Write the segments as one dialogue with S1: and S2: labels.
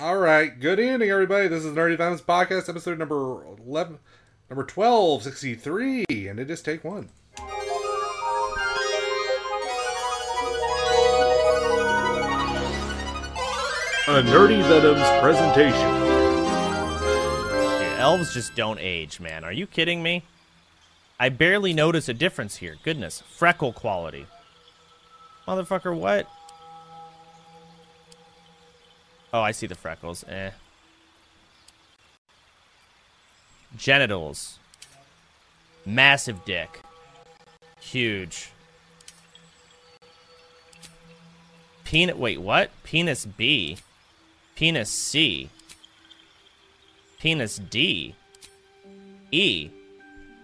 S1: All right, good evening, everybody. This is Nerdy Violence Podcast, episode number eleven, number twelve sixty three, and it is take one.
S2: A Nerdy Venoms presentation.
S3: Dude, elves just don't age, man. Are you kidding me? I barely notice a difference here. Goodness, freckle quality. Motherfucker, what? Oh, I see the freckles. Eh. Genitals. Massive dick. Huge. Peanut. Wait, what? Penis B. Penis C penis D. E.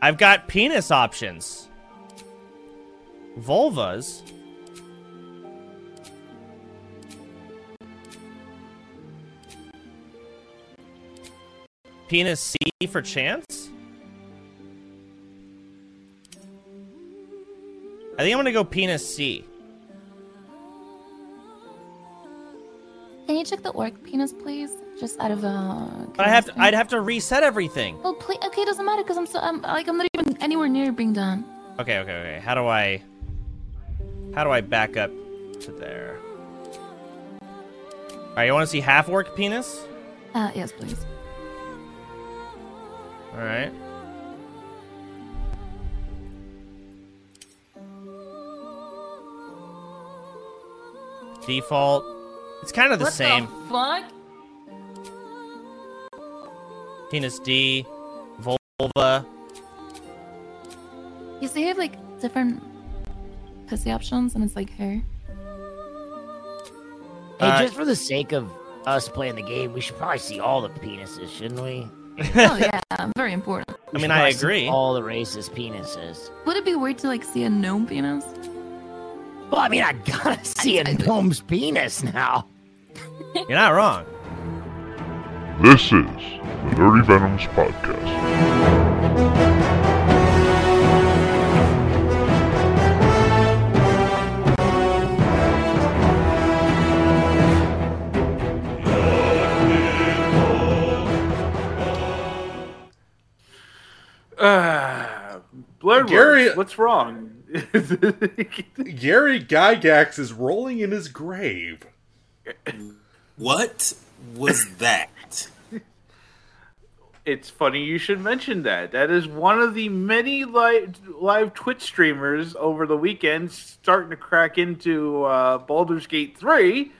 S3: I've got penis options. Vulvas. Penis C for chance? I think I'm gonna go penis C.
S4: Can you check the orc penis, please? Just out of uh.
S3: But I have to, I'd have to reset everything.
S4: Well, please. Okay, it doesn't matter because I'm so I'm like I'm not even anywhere near being done.
S3: Okay, okay, okay. How do I How do I back up to there? Alright, you wanna see half orc penis?
S4: Uh, yes, please.
S3: Alright. Default. It's kind of the same.
S4: fuck?
S3: Penis D, vulva.
S4: Yes, they have like different pussy options, and it's like hair.
S5: Hey,
S3: Uh,
S5: just for the sake of us playing the game, we should probably see all the penises, shouldn't we?
S4: oh yeah, very important.
S3: I
S5: We
S3: mean,
S5: should
S3: I
S5: probably see
S3: agree.
S5: All the racist penises.
S4: Would it be weird to like see a gnome penis?
S5: Well, I mean, I gotta see
S4: I-
S5: a gnome's penis now.
S3: You're not wrong.
S6: This is the Nerdy Venoms Podcast.
S2: Uh, Blood
S1: Gary-
S2: Wars, what's wrong?
S1: Gary Gygax is rolling in his grave.
S7: What was that?
S2: it's funny you should mention that. That is one of the many live, live Twitch streamers over the weekend starting to crack into uh, Baldur's Gate 3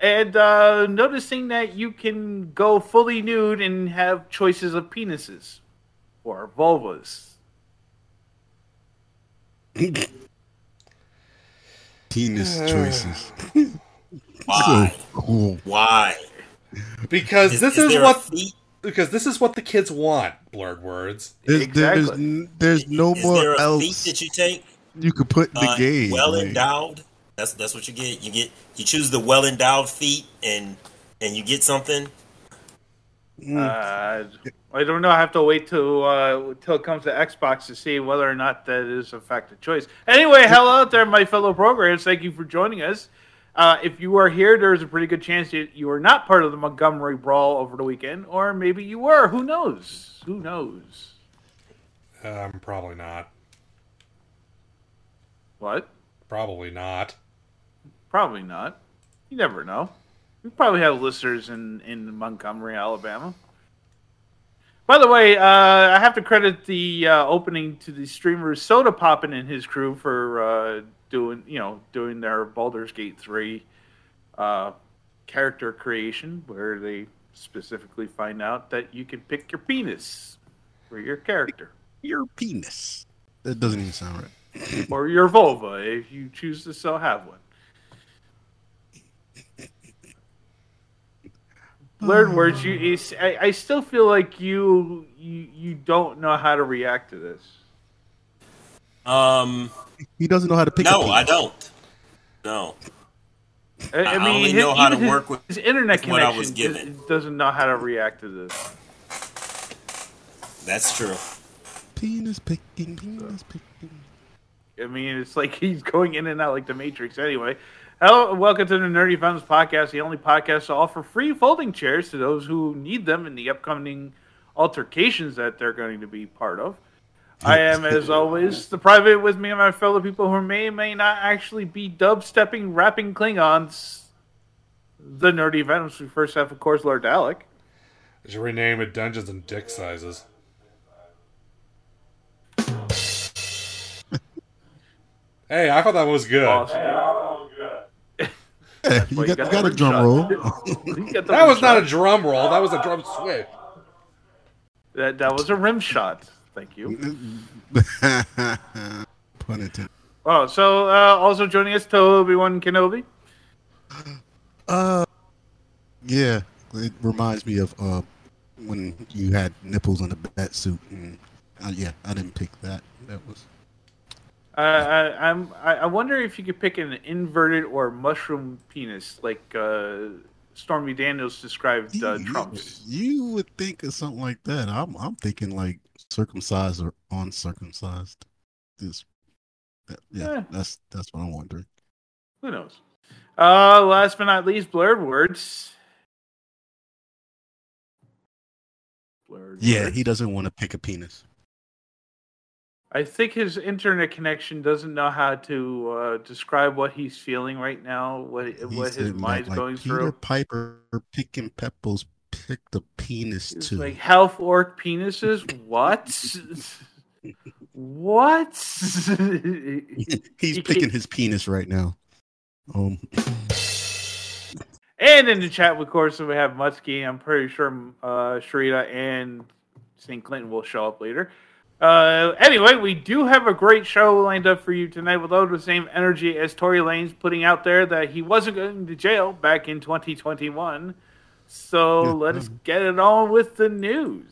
S2: and uh, noticing that you can go fully nude and have choices of penises or vulvas.
S8: penis choices.
S7: Why?
S8: Cool.
S7: Why?
S1: Because this is
S7: there a
S1: what
S7: fee-
S1: because this is what the kids want. Blurred words.
S8: There's, there's,
S2: Exactly.
S8: n- there's no
S7: is
S8: more
S7: there a
S8: else
S7: feat that you take?
S8: you could put in the
S7: Uh,
S8: game.
S7: Well
S8: like,
S7: endowed. That's that's what you get. You get you choose the well endowed feat and and you get something.
S2: Uh, I don't know. I have to wait till uh, till it comes to Xbox to see whether or not that is a fact of choice. Anyway, hello out there, my fellow programmers. Thank you for joining us. Uh, if you are here, there is a pretty good chance that you are not part of the Montgomery Brawl over the weekend, or maybe you were. Who knows? Who knows?
S1: Um, probably not.
S2: What?
S1: Probably not.
S2: Probably not. You never know. We probably have listeners in, in Montgomery, Alabama. By the way, uh, I have to credit the uh, opening to the streamer Soda Poppin and his crew for uh, doing you know doing their Baldur's Gate three uh, character creation, where they specifically find out that you can pick your penis for your character
S8: Your penis. That doesn't even sound right.
S2: or your vulva if you choose to so have one. Blurred words. You, is, I, I still feel like you, you, you don't know how to react to this.
S7: Um
S8: He doesn't know how to pick a
S7: no,
S8: penis.
S7: I don't. No.
S2: I,
S7: I
S2: mean,
S7: only know how
S2: even
S7: to
S2: his-
S7: work with-
S2: his internet
S7: with what I
S2: connection.
S7: was
S2: does-
S7: given.
S2: doesn't know how to react to this.
S7: That's true.
S8: Penis picking, penis picking.
S2: I mean, it's like he's going in and out like the Matrix. Anyway, Hello and welcome to the Nerdy Films Podcast, the only podcast to offer free folding chairs to those who need them in the upcoming altercations that they're going to be part of. I am, as always, the private with me and my fellow people who may may not actually be dubstepping, rapping Klingons. The Nerdy Venoms. We first have, of course, Lord Alec.
S1: I should rename it Dungeons and Dick Sizes. hey, I thought that was good.
S7: Yeah, you,
S2: Well,
S7: got, you got a
S2: the
S7: drum roll.
S2: shot. You got the
S1: That
S2: rim
S1: was not a
S2: shot.
S1: drum roll. That was a drum swing.
S2: that, that was a rim shot. Thank you.
S7: Pun intended.
S2: Oh, so uh, also joining us, Toby One Kenobi.
S7: Uh, yeah, it reminds me of uh, when you had nipples on the bat suit. And, uh, yeah, I didn't pick that. That was
S2: Uh, I, I'm. I I wonder if you could pick an inverted or mushroom penis, like uh, Stormy Daniels described uh,
S7: You-
S2: Trump's.
S7: You would think of something like that. I'm I'm thinking like circumcised or uncircumcised. This, that, yeah,
S2: Yeah.
S7: that's that's what I'm wondering.
S2: Who knows? Uh, last but not least, blurred words. Blurred
S7: Yeah,
S2: Words.
S7: he doesn't want to pick a penis.
S2: I think his internet connection doesn't know how to uh, describe what he's feeling right now, what
S7: He
S2: what his
S7: said,
S2: mind's
S7: like,
S2: going
S7: Peter
S2: through.
S7: Piper picking peppers picked a penis
S2: It's
S7: too.
S2: like half orc penises. What? what?
S7: He's
S2: he
S7: picking
S2: can't-
S7: his penis right now. Um,
S2: and in the chat, of course, we have Muskie. I'm pretty sure uh, Sharita and St. Clinton will show up later. Uh, anyway, we do have a great show lined up for you tonight with all the same energy as Tory Lane's putting out there that he wasn't going to jail back in 2021. So
S7: Yeah,
S2: let us
S7: um.
S2: get it on with the news.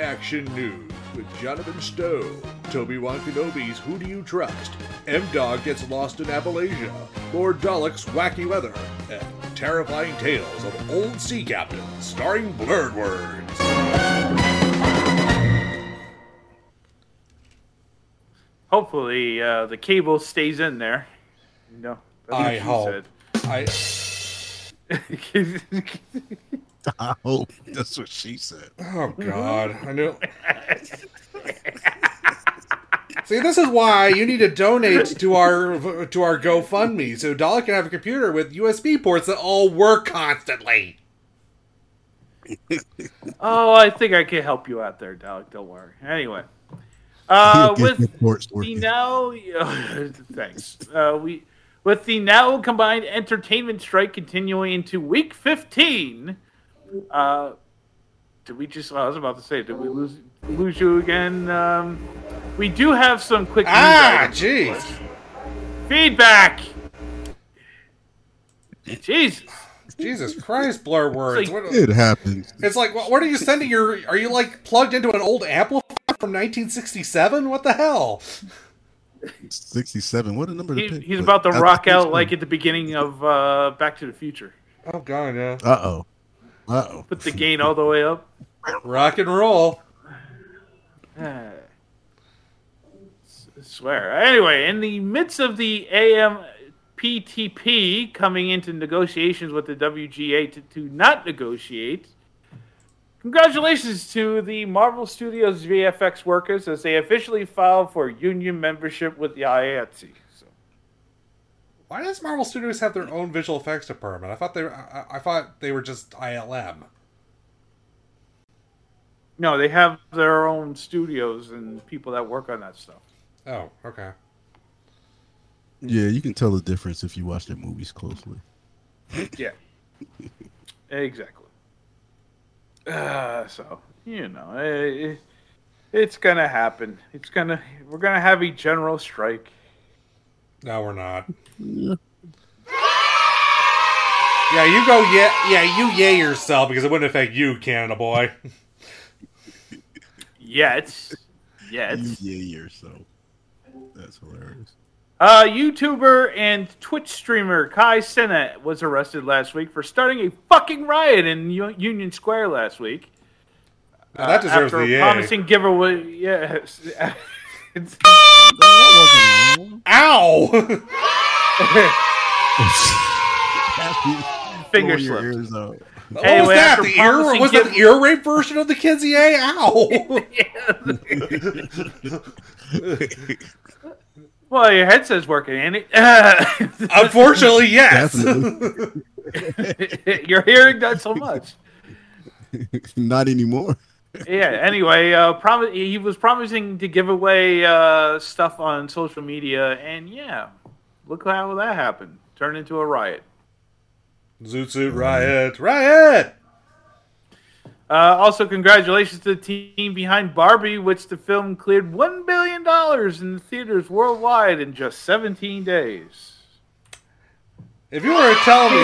S1: Action News with Jonathan Stowe, Toby Wan Kenobi's Who Do You Trust, M Dog Gets Lost in Appalachia, Lord Dalek's Wacky Weather, and Terrifying Tales of Old Sea Captain, starring Blurred Words.
S2: Hopefully, uh, the cable stays in there. No,
S1: I hope. I,
S7: I hope that's what she said.
S1: oh, God. I knew. See, this is why you need to donate to our to our GoFundMe so Dalek can have a computer with USB ports that all work constantly.
S2: Oh, I think I can help you out there, Dalek. Don't worry. Anyway, uh,
S7: He'll get
S2: with
S7: reports
S2: the
S7: working.
S2: now, oh, thanks. Uh, we with the now combined entertainment strike continuing into week fifteen. Uh, did we just? I was about to say, did we lose lose you again? Um, we do have some quick news
S1: Ah,
S2: items.
S1: jeez.
S2: feedback. Jesus,
S1: Jesus Christ, blur words.
S2: It's
S1: What- It's like,
S7: It happens.
S1: what, what are you sending your? Are you like plugged into an old amplifier from 1967? What the hell?
S7: 67. What a number to
S2: he,
S7: pick.
S2: he's
S7: But
S2: about to
S7: I
S2: rock
S7: think
S2: out
S7: so.
S2: like at the beginning of uh, Back to the Future.
S1: Oh god, yeah.
S7: Uh oh. Uh oh.
S2: Put the gain all the way up.
S1: Rock and roll.
S2: Ah. S- swear. Anyway, in the midst of the AMPTP coming into negotiations with the WGA to, to not negotiate, congratulations to the Marvel Studios VFX workers as they officially filed for union membership with the IATSE. So,
S1: Why does Marvel Studios have their own visual effects department? I thought they were, I, I thought they were just ILM.
S2: no, they have their own studios and people that work on that stuff.
S1: Oh, okay.
S7: Yeah, you can tell the difference if you watch their movies closely.
S2: Yeah. exactly. Uh, so you know, eh, eh, it's gonna happen. It's gonna. We're gonna have a general strike.
S1: No, we're not. Yeah, you go. Yeah, yeah, you yay yourself because it wouldn't affect you, Canada boy.
S2: Yet, yet.
S7: You yeah, yourself. That's hilarious.
S2: Uh, YouTuber and Twitch streamer Kai Sennett was arrested last week for starting a fucking riot in U- Union Square last week.
S1: Now, that deserves
S2: Uh, after
S1: the yay.
S2: a promising giveaway. Yes.
S7: That wasn't wrong.
S1: Ow!
S2: Finger
S6: Blow your
S2: slipped.
S6: ears out.
S1: What
S2: Anyway,
S1: was that?
S2: after
S1: The ear?
S2: promising
S1: Was that
S2: gift-
S1: the ear rape version of the Kinsey-A? Ow!
S2: Well, your headset's working, Andy.
S1: Unfortunately, yes.
S6: Definitely.
S2: You're hearing that so much.
S6: Not anymore.
S2: Yeah. Anyway, uh, prom- he was promising to give away uh, stuff on social media, and yeah, look how that happened. Turned into a riot.
S1: Zoot Suit Riot, Riot!
S2: Uh, also, congratulations to the team behind Barbie, which the film cleared one billion dollars in theaters worldwide in just 17 days.
S1: If you were to tell me,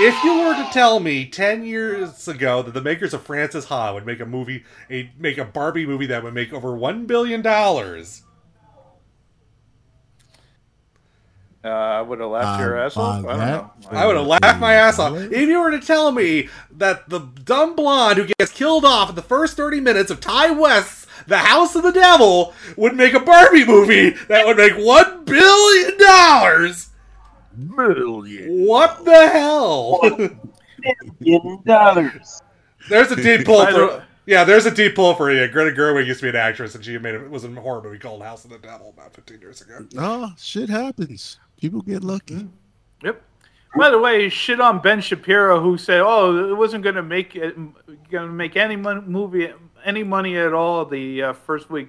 S1: if you were to tell me ten years ago that the makers of Francis Ha would make a movie, a make a Barbie movie that would make over one billion dollars,
S2: Uh, I would have laughed your
S6: Uh,
S2: ass off.
S6: by
S2: I don't know.
S6: that-
S1: I would have laughed my ass off. If you were to tell me that the dumb blonde who gets killed off in the first thirty minutes of Ty West's The House of the Devil would make a Barbie movie that would make one billion dollars,
S9: Million.
S1: what the hell?
S9: dollars.
S1: There's a deep pull
S2: By the way-
S1: for yeah. There's a deep pull for you. Greta Gerwig used to be an actress, and she made it was in a horror movie called House of the Devil about 15 years ago.
S6: Oh, shit happens. People get lucky.
S2: Yep. By the way, shit on Ben Shapiro, who said, "Oh, it wasn't going to make it going to make any mon- movie any money at all the uh, first week."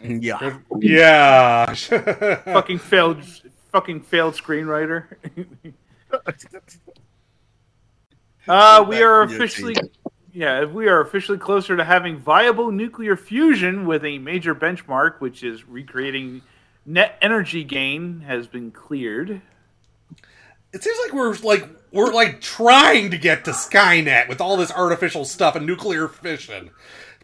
S6: Yeah.
S1: Yeah,
S2: fucking failed, fucking failed screenwriter. uh, we are officially, yeah, we are officially closer to having viable nuclear fusion with a major benchmark, which is recreating net energy gain, has been cleared.
S1: it seems like we're like we're like trying to get to Skynet with all this artificial stuff and nuclear fission.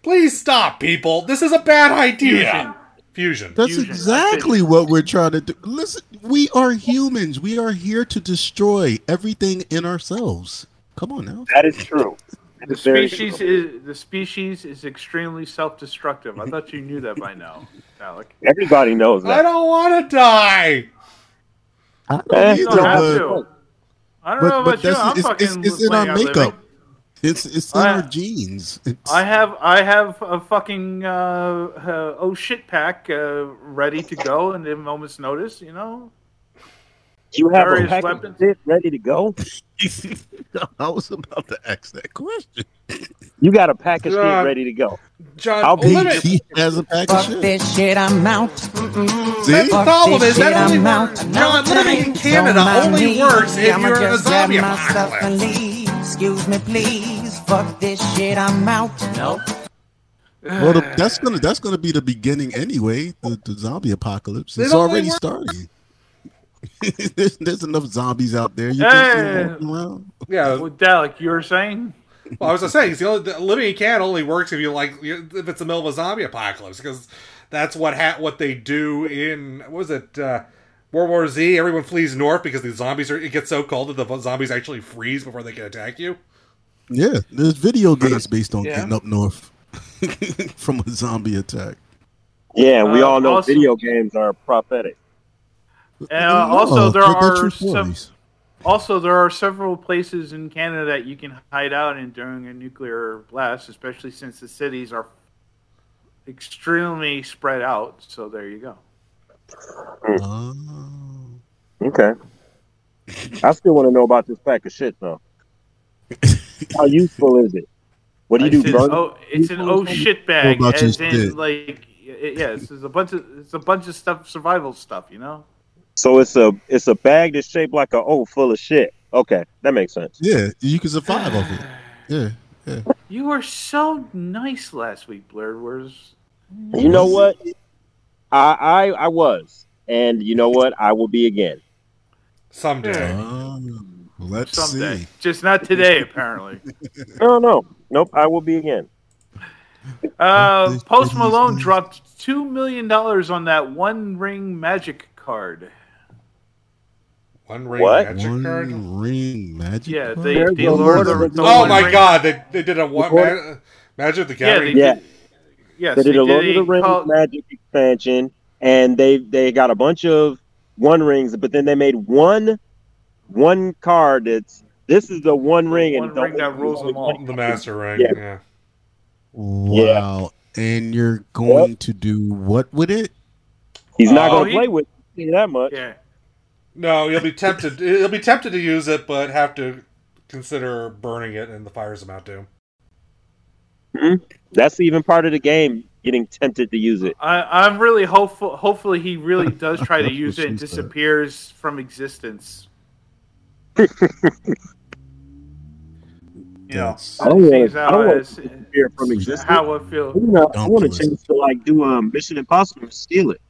S1: Please stop, people. This is a bad idea. Fusion.
S6: That's
S2: Fusion, I
S6: exactly what we're trying to do. Listen, we are humans. We are here to destroy everything in ourselves. Come on now.
S7: That is true. That
S2: The
S7: is very
S2: species
S7: true.
S2: is the species is extremely self-destructive. I thought you knew that by now, Alec.
S7: Everybody knows
S1: I
S7: that.
S1: don't want to die.
S6: I
S7: Eh,
S6: don't
S2: You
S7: You
S6: either,
S2: don't
S7: know,
S2: have
S6: but-
S2: to. I don't
S6: but-
S2: know
S6: but
S2: about you.
S6: that's-
S2: I'm
S6: it's-
S2: fucking.
S6: it's- it's in
S2: planning
S6: our
S2: on living.
S6: makeup. It's it's in
S2: I-
S6: our genes. It's,
S2: I have I have a fucking uh, uh, oh shit pack uh, ready to go in a moment's notice. You know,
S7: You have a
S2: Various
S7: pack of
S2: weapons.
S7: shit ready to go.
S6: I was about to ask that question.
S7: You got a pack of shit
S2: Uh,
S1: Yeah.
S7: ready to go.
S1: John,
S7: I'll be-
S1: limit-
S6: He has a pack of shit.
S3: this shit, I'm out.
S6: See?
S1: The problem is that only
S3: I'm
S1: works.
S3: out.
S1: John, living in Canada only works if
S3: I'ma
S1: you're in a
S3: just
S1: zombie
S3: grab myself and
S1: apocalypse.
S3: leave. Excuse me, please. Fuck this shit, I'm out. Nope.
S6: Well, the, that's gonna that's gonna be the beginning anyway. The, the zombie apocalypse.
S1: They
S6: It's
S1: don't
S6: already
S1: think
S6: starting. there's, there's enough zombies out there. You
S2: Hey.
S6: can see them walking around.
S1: Yeah,
S2: well, Dalek, you were saying
S1: Well, I was just saying, it's the only, the, living in Canada only works if you like you- if it's the middle of a zombie apocalypse because that's what ha- what they do in what was it uh, World War Z? Everyone flees north because the zombies are. It gets so cold that the zombies actually freeze before they can attack you.
S6: Yeah, there's video games based on
S2: Yeah.
S6: getting up north from a zombie attack.
S7: Yeah, we
S2: Uh,
S7: all know
S2: also-
S7: video games are prophetic.
S2: And, uh, also there
S6: they're- they're
S2: are
S6: true
S2: some-
S6: stories.
S2: also there are several places in Canada that you can hide out in during a nuclear blast, especially since the cities are extremely spread out. So there you go.
S6: Oh.
S7: Okay. I still want to know about this pack of shit though. How useful is it? What do you do?
S2: It's an
S7: Burn?
S2: oh, it's an oh shit bag,
S6: What about
S2: as
S6: you
S2: in
S6: did?
S2: like y- yeah, it's, it's a bunch of it's a bunch of stuff, survival stuff, you know.
S7: So it's a it's a bag that's shaped like a O full of shit. Okay, that makes sense.
S6: Yeah, you can survive off it. Yeah.
S2: You were so nice last week, Blurred Words.
S7: You know what? I I, I was, and you know what? I will be again.
S1: Someday,
S6: Um, let's
S2: Someday.
S6: see.
S2: Just not today, apparently.
S7: No, no, nope. I will be again.
S2: Uh,
S6: Please,
S2: Post
S6: please,
S2: Malone
S6: please.
S2: dropped $2 million on that One Ring Magic card.
S1: one ring
S7: What?
S1: magic
S6: One
S1: card.
S6: ring magic.
S2: Yeah,
S6: card?
S2: they,
S7: There's
S2: they
S7: no
S2: lured
S7: order
S2: the,
S7: of
S2: the
S7: the
S1: Oh
S2: One
S1: my
S2: Ring-
S1: god, they, they did a one ma- magic the
S2: Yeah, they
S1: gathering.
S7: Yeah.
S2: did. Yes,
S7: they did a Lord of the
S2: a
S7: Rings
S2: call-
S7: Magic expansion, and they they got a bunch of One Rings, but then they made one one card that's this is the One Ring, and
S2: one ring that rules them all.
S1: The Master Ring.
S7: Yeah.
S1: yeah.
S10: Wow. And you're going to do what with it?
S7: he's
S1: Oh,
S7: not going to
S1: he-
S7: play with it that much.
S2: Yeah.
S1: No, you'll be tempted. You'll be tempted to use it, but have to consider burning it in the fires amount too.
S7: Mhm. That's even part of the game. Getting tempted to use it.
S2: I, I'm really hopeful. Hopefully, he really does try to use it and disappears from existence. You know,
S7: I don't
S2: sees
S7: want to. I
S2: how
S7: don't
S2: it
S7: want
S2: is-
S7: to disappear from existence.
S2: how it feels.
S7: I want I want a chance to like do a Mission Impossible and steal it.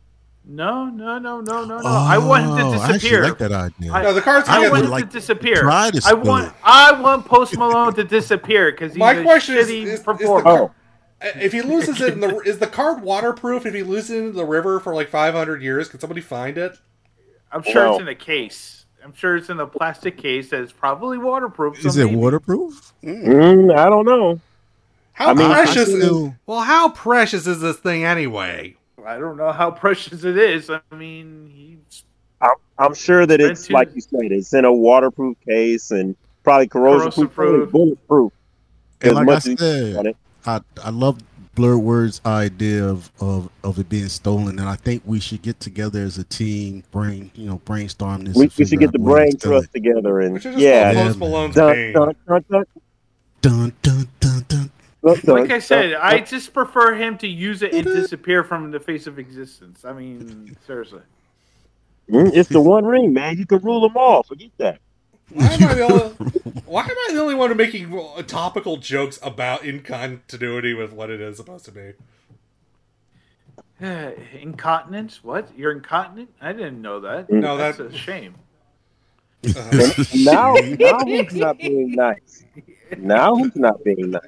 S2: No, no, no, no, no, no. I want him
S10: Oh,
S2: to
S10: I actually
S2: disappear.
S10: like that idea.
S2: I,
S10: No, the cards
S2: I
S10: can
S2: want
S10: get-
S2: him
S10: like,
S2: to disappear.
S10: try to
S2: I
S10: spill
S2: want.
S10: it.
S2: I want Post Malone to disappear because he's
S1: My
S2: a
S1: question is-
S2: shitty
S1: is- is the
S7: Oh,
S2: performer.
S1: If he loses it in the is the card waterproof? If he loses it in the river for like five hundred years, can somebody find it?
S2: I'm sure
S1: Wow.
S2: it's in a case. I'm sure it's in a plastic case that is probably waterproof.
S10: Is
S2: so
S10: it
S2: maybe-
S10: waterproof?
S7: Mm, I don't know.
S1: How
S2: I mean,
S1: precious
S2: I
S1: is
S2: still-
S1: well? How precious is this thing anyway?
S2: I don't know how precious it is. I mean, he's
S7: I'm, I'm sure that
S2: Red
S7: it's
S2: two-
S7: like you said, it's in a waterproof case and probably corrosion proof,
S2: Corrosion-proof.
S7: bulletproof.
S10: And
S7: As
S10: like I
S7: much as-
S10: said, I, I love Blurred Words' idea of, of, of it being stolen, and I think we should get together as a team, brain, you know, brainstorm this.
S7: we,
S10: and
S7: we should
S10: figure
S7: get
S10: out
S7: the
S10: where to
S7: brain
S10: sell it.
S7: trust together and
S10: should just
S7: yeah,
S10: call Post Malone's
S7: dun,
S10: game.
S7: dun, dun, dun,
S10: Dun dun dun dun.
S7: dun, dun,
S2: like I
S7: dun,
S2: said.
S7: dun.
S2: I just prefer him to use it and disappear from the face of existence. I mean, seriously.
S7: Mm, it's the one ring, man. You can rule them all. Forget that.
S1: Why am I the only, why am I the only one making uh, topical jokes about incontinuity with what it is supposed to be?
S2: incontinence? What? You're incontinent? I didn't know that.
S7: Mm.
S1: No,
S2: that's
S1: that-
S2: a shame.
S1: Uh-huh.
S7: now, now who's not being nice? Now who's not being nice?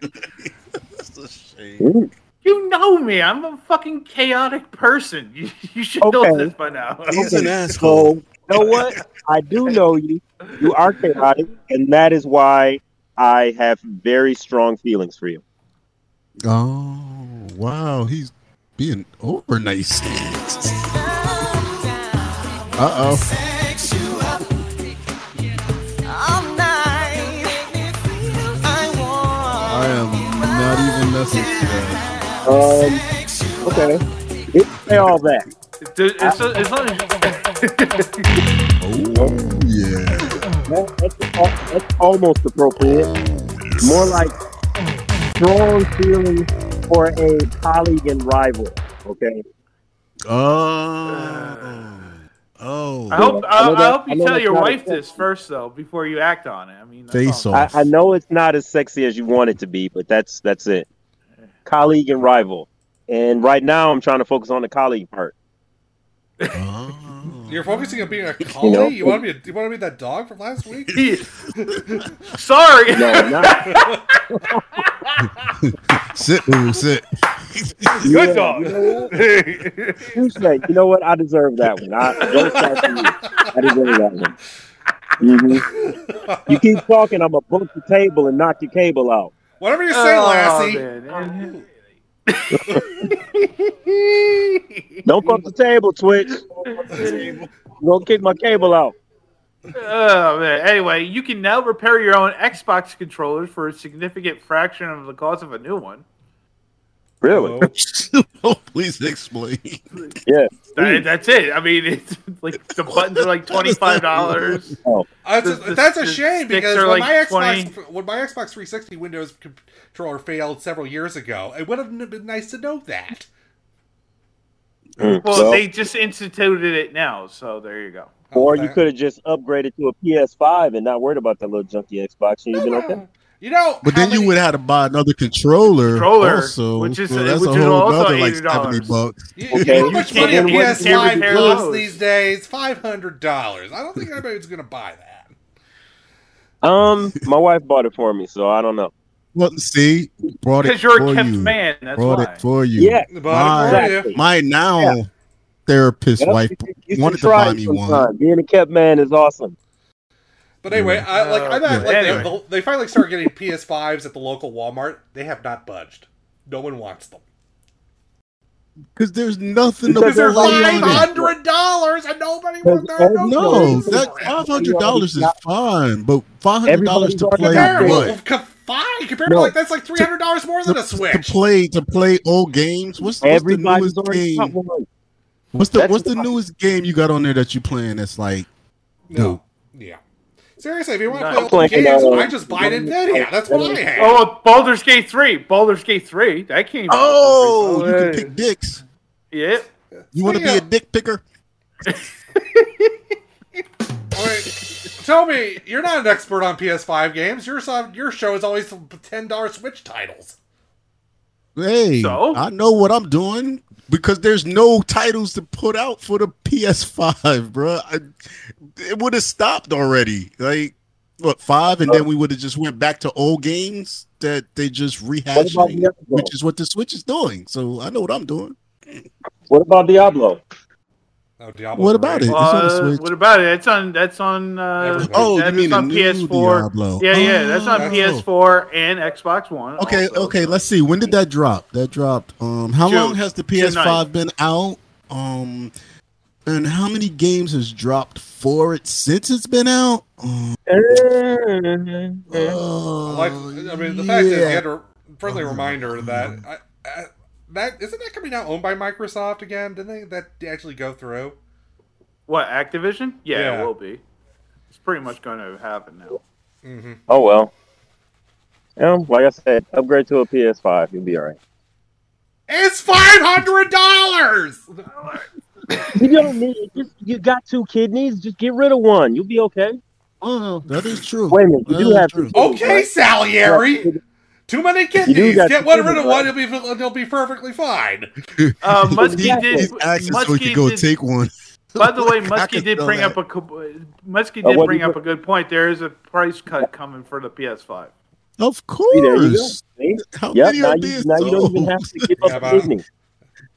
S7: Mm.
S2: You know me. I'm a fucking chaotic person. You, you should know
S7: Okay.
S2: this by now.
S7: Okay, So, you know what? I do know you. You are chaotic, and that is why I have very strong feelings for you.
S10: Oh wow, he's being over nice. uh oh. I am not even messing
S7: Um, okay. It, say all that.
S2: Dude, it's a- it's only-
S10: Oh yeah.
S7: That- that's, al- that's almost appropriate. More like strong feelings for a colleague and rival. Okay.
S2: Uh,
S10: Oh. Oh.
S2: I hope
S7: I know
S2: I, I
S7: that-
S2: hope
S7: I
S2: you
S7: know
S2: tell
S7: that's
S2: your
S7: not
S2: wife
S7: a-
S2: this first though before you act on it. I mean,
S10: Face
S7: I,
S10: off.
S7: I know it's not as sexy as you want it to be, but that's that's it. Colleague and rival. And right now, I'm trying to focus on the colleague part.
S1: You're focusing on being a collie. You,
S7: know?
S1: want to be? A, you want to be that dog from last week?
S2: sorry.
S7: No, not.
S10: sit, boo, sit.
S7: Yeah, You know what? Touche. You know what? I deserve that one. I, don't start from you. I deserve that one. Mhm. You keep talking, I'm going to bump the table and knock your cable out.
S1: Whatever you say,
S2: Oh,
S1: Lassie.
S2: man. And-
S7: Don't bump the table, Twitch. Don't bump the table. You gonna kick my cable out.
S2: oh man. Anyway, you can now repair your own Xbox controllers for a significant fraction of the cost of a new one.
S7: Really?
S10: Oh, Please explain.
S7: Yeah.
S2: That- that's it. I mean, it's like the buttons are like twenty five dollars.
S7: Oh.
S1: That's a, that's a shame because when my Xbox
S2: 20.
S1: when my Xbox 360 Windows controller failed several years ago, it would have been nice to know that.
S7: Mm,
S2: Well,
S7: well,
S2: they just instituted it now, so there you go.
S7: or you could have just upgraded to a PS5 and not worried about that little junky Xbox. And you've been okay.
S1: You know,
S10: But then you would have to buy another controller,
S2: Controller,
S10: also,
S2: which is-
S10: so that's
S2: which
S10: a
S2: is
S10: whole
S2: also
S10: other, like
S2: $80.
S10: seventy bucks.
S1: You, you
S7: Okay.
S1: know how much
S7: You
S1: money a
S7: can't- then what-
S1: PS5
S2: can't repair
S1: costs
S2: those.
S1: these days? Five hundred dollars. I don't think anybody's going to buy that.
S7: Um, my wife bought it for me, so I don't know.
S10: Well, see, brought it
S2: 'Cause you're a
S10: for
S2: kept
S10: you.
S2: man, that's
S10: brought
S2: why.
S10: it for you.
S7: Yeah.
S1: Bought it
S10: my,
S1: for you.
S10: my now
S7: Yeah.
S10: therapist
S7: Yep,
S10: wife
S7: you should- you should
S10: wanted to
S7: try
S10: buy
S7: it
S10: me one.
S7: sometime. Being a kept man is awesome.
S1: But anyway, I, like I'm at,
S10: Yeah.
S1: like they-
S2: Anyway.
S1: they finally started getting PS5s at the local Walmart. They have not budged. No one wants them.
S10: Because there's nothing
S1: Because they're
S10: play on it.
S1: hundred dollars and nobody will know.
S10: No, that five hundred dollars is fine, but five hundred dollars to play
S1: Compare- well,
S10: what?
S1: co- Fine, compared
S10: No.
S1: to like that's like three hundred dollars more than a
S10: To
S1: Switch.
S10: play to play old games. What's, what's the
S1: Everybody's
S10: newest
S1: already got
S10: game? What's the what's the newest game you got on there that you playing? That's like, dude,
S1: Yeah. Seriously, if you want to
S2: No. I'm
S1: play old
S2: playing,
S1: games,
S2: uh,
S1: why just buy it in Nvidia? That's what I have.
S2: Oh, well, Baldur's Gate three. Baldur's Gate three. That came.
S10: Oh, you can
S2: Hey.
S10: pick dicks.
S2: Yeah.
S10: You want to be a
S2: Yeah.
S10: dick picker?
S1: Tell me, you're not an expert on PS5 games. Your sub- your show is always ten dollars Switch titles.
S10: Hey, I know what I'm doing because there's no titles to put out for the PS5, bro. I, it would have stopped already. Like what five, and then we would have just went back to old games that they just rehashing,
S11: Diablo?
S10: which is what the Switch is doing. So I know what I'm doing.
S11: What about Diablo?
S1: Oh,
S10: What about it? It's on the
S2: Uh,
S10: Switch.
S2: what about it? That's on. That's on. Uh,
S10: Oh, you
S2: that's
S10: mean the
S2: on
S10: new
S2: PS4.
S10: Diablo.
S2: Yeah, yeah. That's on
S10: Oh.
S2: PS4 and Xbox One.
S10: Okay, okay. Let's see. When did that drop? That dropped. Um, how
S2: June.
S10: long has the PS5 been out? Um, and how many games has dropped for it since it's been out?
S7: Uh,
S10: Uh, Um,
S1: Like, I mean, the fact is,
S10: yeah.
S1: you had a friendly reminder that I, I, that isn't that company now owned by Microsoft again? Didn't they that actually go through?
S2: What Activision? Yeah,
S1: Yeah.
S2: it will be. It's pretty much going to happen now.
S1: Mm-hmm.
S7: Oh well. Um, like I said, upgrade to a PS5, you'll be all right.
S1: It's five hundred dollars.
S7: You don't need it. Just, you got two kidneys. Just get rid of one. You'll be okay.
S10: Oh, that is true.
S7: Wait a minute. You do have two kidneys,
S1: Okay,
S7: right?
S1: Salieri. Too many kidneys.
S7: got
S1: Get
S7: the
S1: one rid
S7: kidney,
S1: of one.
S7: right?
S1: It'll be it'll be perfectly fine.
S2: Uh, Muskie did.
S10: He's asking so he
S2: Muskie
S10: could go
S2: did-
S10: take one.
S2: By the way,
S10: I
S2: Muskie
S10: can
S2: did
S10: feel
S2: bring
S10: that.
S2: up a coup- Muskie
S10: Oh,
S2: did
S10: what
S2: bring
S10: you-
S2: up a good point. There is a price cut coming for the PS5.
S10: Of
S7: See, there you go.
S10: course.
S7: See?
S10: How
S7: Yep,
S10: many
S7: now
S10: are
S7: you,
S10: being
S7: now you don't even
S10: sold?
S7: have to give up
S1: Yeah,
S7: Disney.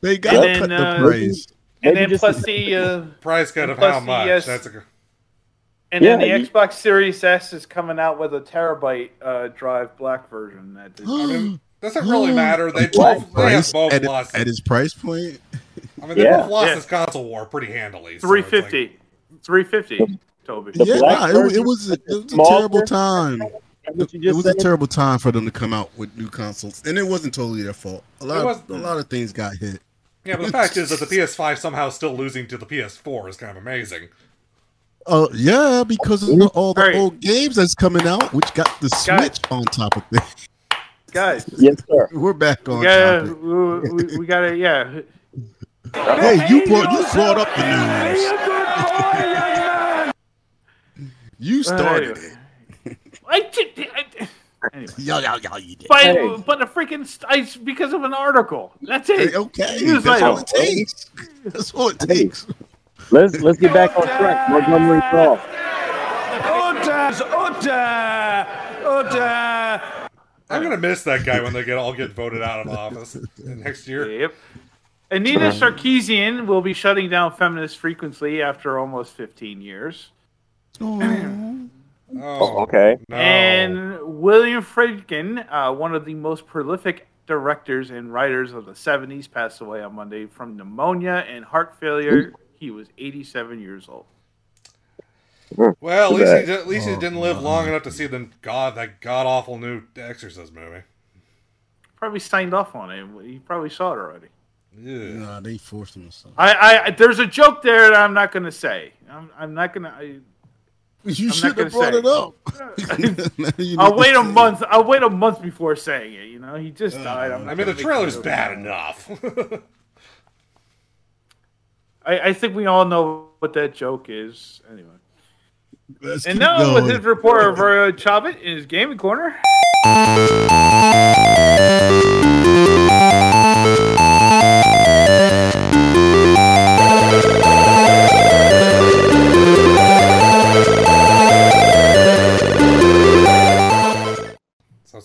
S10: They
S2: And
S10: got to
S2: then,
S10: cut
S2: uh,
S10: the price.
S2: and
S7: Maybe
S2: then
S7: just-
S2: plus the uh,
S1: Price cut of
S2: plus
S1: how
S2: the,
S1: much?
S2: yes.
S1: That's a good.
S2: And then the
S1: Yeah, you-
S2: Xbox Series S is coming out with a terabyte uh, drive black version. That is,
S1: I mean, doesn't really matter. They
S10: At
S1: both they have
S10: price-
S1: both
S10: at,
S1: lost.
S10: at his price point.
S1: I mean, they
S10: Yeah.
S1: both lost
S2: Yeah.
S1: this console war pretty handily. so it's like-
S2: 350. 350, Toby.
S10: yeah, nah, it, was- it was a, it was a terrible time. It was a terrible time for them to come out with new consoles, and it wasn't totally their fault. A lot,
S1: It
S10: of,
S1: wasn't.
S10: a lot of things got hit.
S1: Yeah, but the fact is that the PS5 somehow is still losing to the PS4 is kind of amazing.
S10: Uh, yeah, because of the, all the old games that's coming out, which got the Switch on top of things.
S2: Guys,
S7: Yes, sir.
S10: We're back on
S2: we gotta,
S10: topic.
S2: we, we, we gotta, yeah.
S10: Hey, you brought you brought up the news. you started it.
S2: I did. I, anyway.
S10: Yo, yo, yo, you did.
S2: By, But a freaking st- I, because of an article. That's it.
S10: Okay,
S2: News
S10: that's all
S2: item.
S10: it takes. That's all it takes.
S7: Let's let's get back on track. Montgomery Crawl.
S12: Orders, order, order.
S1: I'm gonna miss that guy when they get all get voted out of office next year.
S2: Yep. Anita Sarkeesian will be shutting down Feminist Frequency after almost 15 years.
S1: Oh,
S7: okay.
S2: And William Friedkin, uh, one of the most prolific directors and writers of the 70s, passed away on Monday from pneumonia and heart failure. He was 87 years old.
S1: Well, at
S2: Too
S1: least he
S2: bad.
S1: did, at least he
S2: Oh,
S1: didn't live long enough to see the god that god awful new Exorcist movie.
S2: Probably signed off on it. He probably saw it already.
S10: Nah, they forced him to sign.
S2: I, I, I there's a joke there that I'm not going to say. I'm, I'm not going to. I
S10: You
S2: I'm
S10: should
S2: not gonna
S10: have brought
S2: say.
S10: it up. You
S2: I'll
S10: need
S2: wait
S10: to Uh,
S2: a
S10: say it.
S2: month. I'll wait a month before saying it. You know, he just died. I'm not
S1: I mean, the
S2: gonna make
S1: trailer's
S2: a joke.
S1: bad enough.
S2: I, I think we all know what that joke is. Anyway.
S10: Let's
S2: and
S10: keep
S2: now with
S10: going.
S2: his report of uh, Chobit in his gaming corner.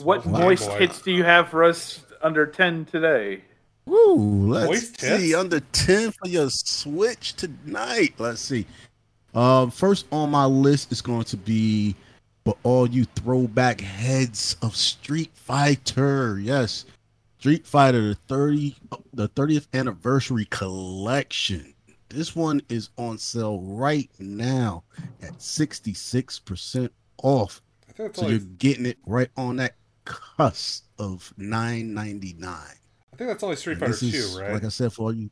S2: What
S10: Oh
S2: moist
S10: boy.
S2: hits do you have for us under ten today?
S10: Ooh,
S2: Voice
S10: let's
S2: test?
S10: see. Under 10 for your Switch tonight. Let's see. Uh, first on my list is going to be for all you throwback heads of Street Fighter. Yes. Street Fighter 30 the 30th anniversary collection. This one is on sale right now at 66% off.
S1: I think it's
S10: So
S1: only-
S10: you're getting it right on that cusp of 9.99.
S1: I think that's only Street
S10: And
S1: Fighter
S10: this is,
S1: 2, right?
S10: Like I said, for all you.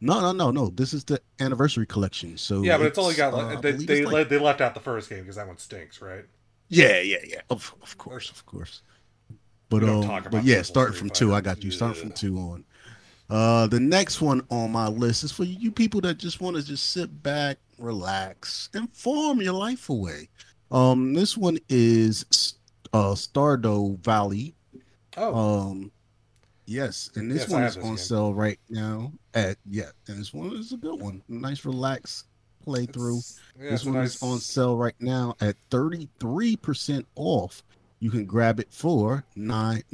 S10: No, no, no, no. This is the anniversary collection. So
S1: yeah, but it's, only got
S10: uh,
S1: like,
S10: I
S1: they
S10: believe
S1: they,
S10: it's like-
S1: le- they left out the first game because that one stinks, right?
S10: Yeah, yeah, yeah. Of, of course, of course. But
S1: don't
S10: um,
S1: talk about
S10: but yeah,
S1: Triple
S10: starting
S1: Street
S10: from two, I got you. Starting from two on. Uh, the next one on my list is for you people that just want to just sit back, relax, and form your life away. Um, this one is uh Stardew Valley.
S1: Oh.
S10: Um, yes, and this
S1: Yes, I
S10: one
S1: have
S10: is
S1: this
S10: on
S1: game.
S10: sale right now at yeah, and this one is a good one. Nice, relax playthrough.
S1: yeah, it's
S10: this
S1: a
S10: one
S1: nice-
S10: is on sale right now at 33% off. You can grab it for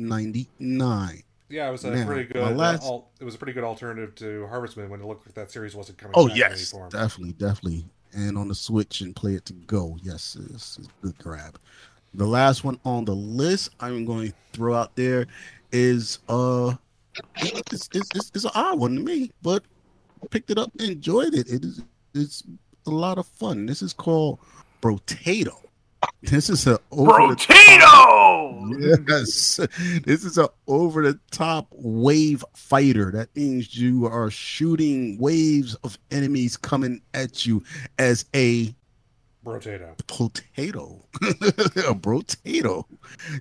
S10: 9.99.
S1: Yeah, it was a
S10: Now,
S1: pretty good.
S10: my
S1: uh,
S10: last-
S1: al- it was a pretty good alternative to Harvest Moon when it looked like that series wasn't coming.
S10: Oh
S1: back in any
S10: yes,
S1: form.
S10: definitely, definitely. And on the Switch and play it to go. Yes, it's a good grab. The last one on the list I'm going to throw out there is uh, it's, it's, it's, it's an odd one to me, but I picked it up, and enjoyed it. It is it's a lot of fun. This is called Brotato. This is a over the
S2: Brotato!
S10: Yes, this is a over the top wave fighter. That means you are shooting waves of enemies coming at you as a
S1: Brotato.
S10: potato. a brotato.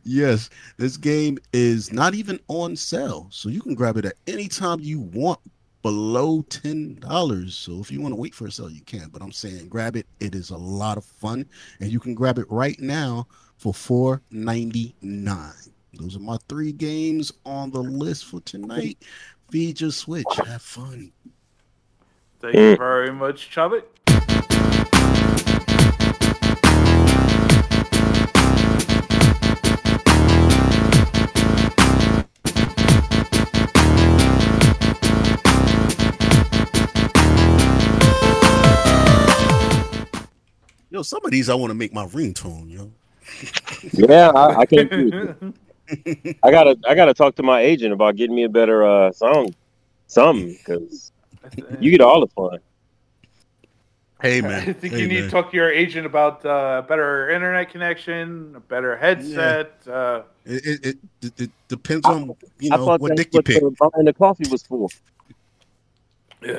S10: Yes, this game is not even on sale, so you can grab it at any time you want below ten dollars. So if you want to wait for a sale, you can. But I'm saying grab it. It is a lot of fun, and you can grab it right now for four ninety nine. Those are my three games on the list for tonight. Feed your switch. Have fun.
S2: Thank you very much, Chubbit.
S10: Yo, some of these I want to make my ringtone. Yo.
S7: Yeah, I, I can't. do it. I gotta, I gotta talk to my agent about getting me a better uh, song, something, because you get all the fun.
S10: Hey
S2: I think you need to talk to your agent about uh, better internet connection, a better headset. Uh,
S10: It, it, it, it, it depends on you
S7: I
S10: know
S7: thought
S10: what
S7: that's
S10: dick you
S7: what
S10: pick.
S7: the buying the coffee was for.
S2: Ugh,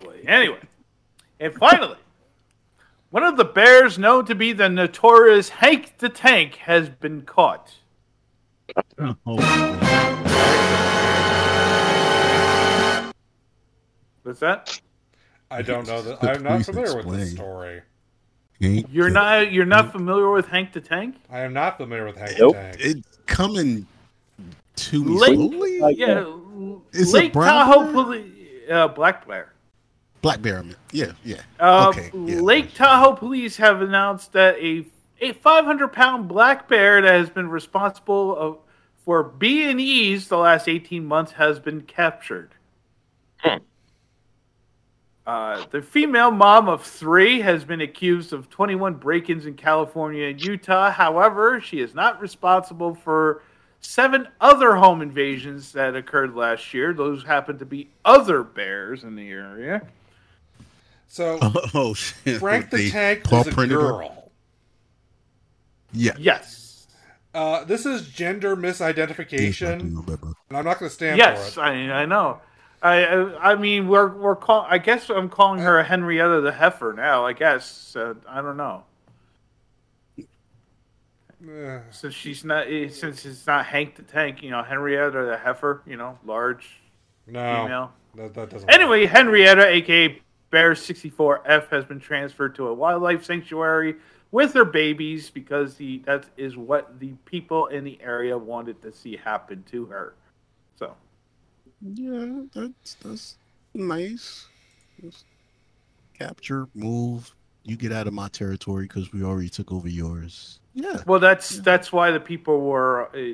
S2: boy. Anyway, and finally, one of the bears known to be the notorious Hank the Tank has been caught. What's that?
S1: I don't know that.
S2: Please
S1: I'm not familiar with this
S2: explain.
S1: story.
S2: You're not you're not familiar with Hank the Tank?
S1: I am not familiar with Hank the Tank.
S10: It coming to me slowly.
S2: Lake, yeah, l-
S10: Is it
S2: Lake
S10: brown
S2: Tahoe Poli- uh, Black Bear.
S10: Black Bear. Yeah, yeah.
S2: Uh,
S10: okay. Yeah.
S2: Lake Tahoe police have announced that a a 500 pound black bear that has been responsible of, for B and E's the last 18 months has been captured. Uh, the female mom of three has been accused of 21 break ins in California and Utah. However, she is not responsible for seven other home invasions that occurred last year. Those happened to be other bears in the area.
S1: So,
S10: Oh shit.
S1: Frank the
S10: They
S1: Tank
S10: paw
S1: was a
S10: printed her?
S1: girl.
S10: Yeah.
S2: Yes.
S1: Uh, this is gender misidentification, and I'm not going to stand
S2: yes,
S1: for it.
S2: I, I know. I, I I mean we're we're call, I guess I'm calling her Henrietta the heifer now. I guess so, I don't know
S1: Eh,
S2: since she's not eh, since it's not Hank the Tank. You know Henrietta the heifer. You know large
S1: no,
S2: female.
S1: that, that doesn't.
S2: Anyway, Henrietta, aka Bear 64F, has been transferred to a wildlife sanctuary with her babies because the that is what the people in the area wanted to see happen to her. So
S10: Yeah, that's that's nice. Just capture, move. You get out of my territory because we already took over yours. Yeah.
S2: Well, that's that's why the people were, uh, you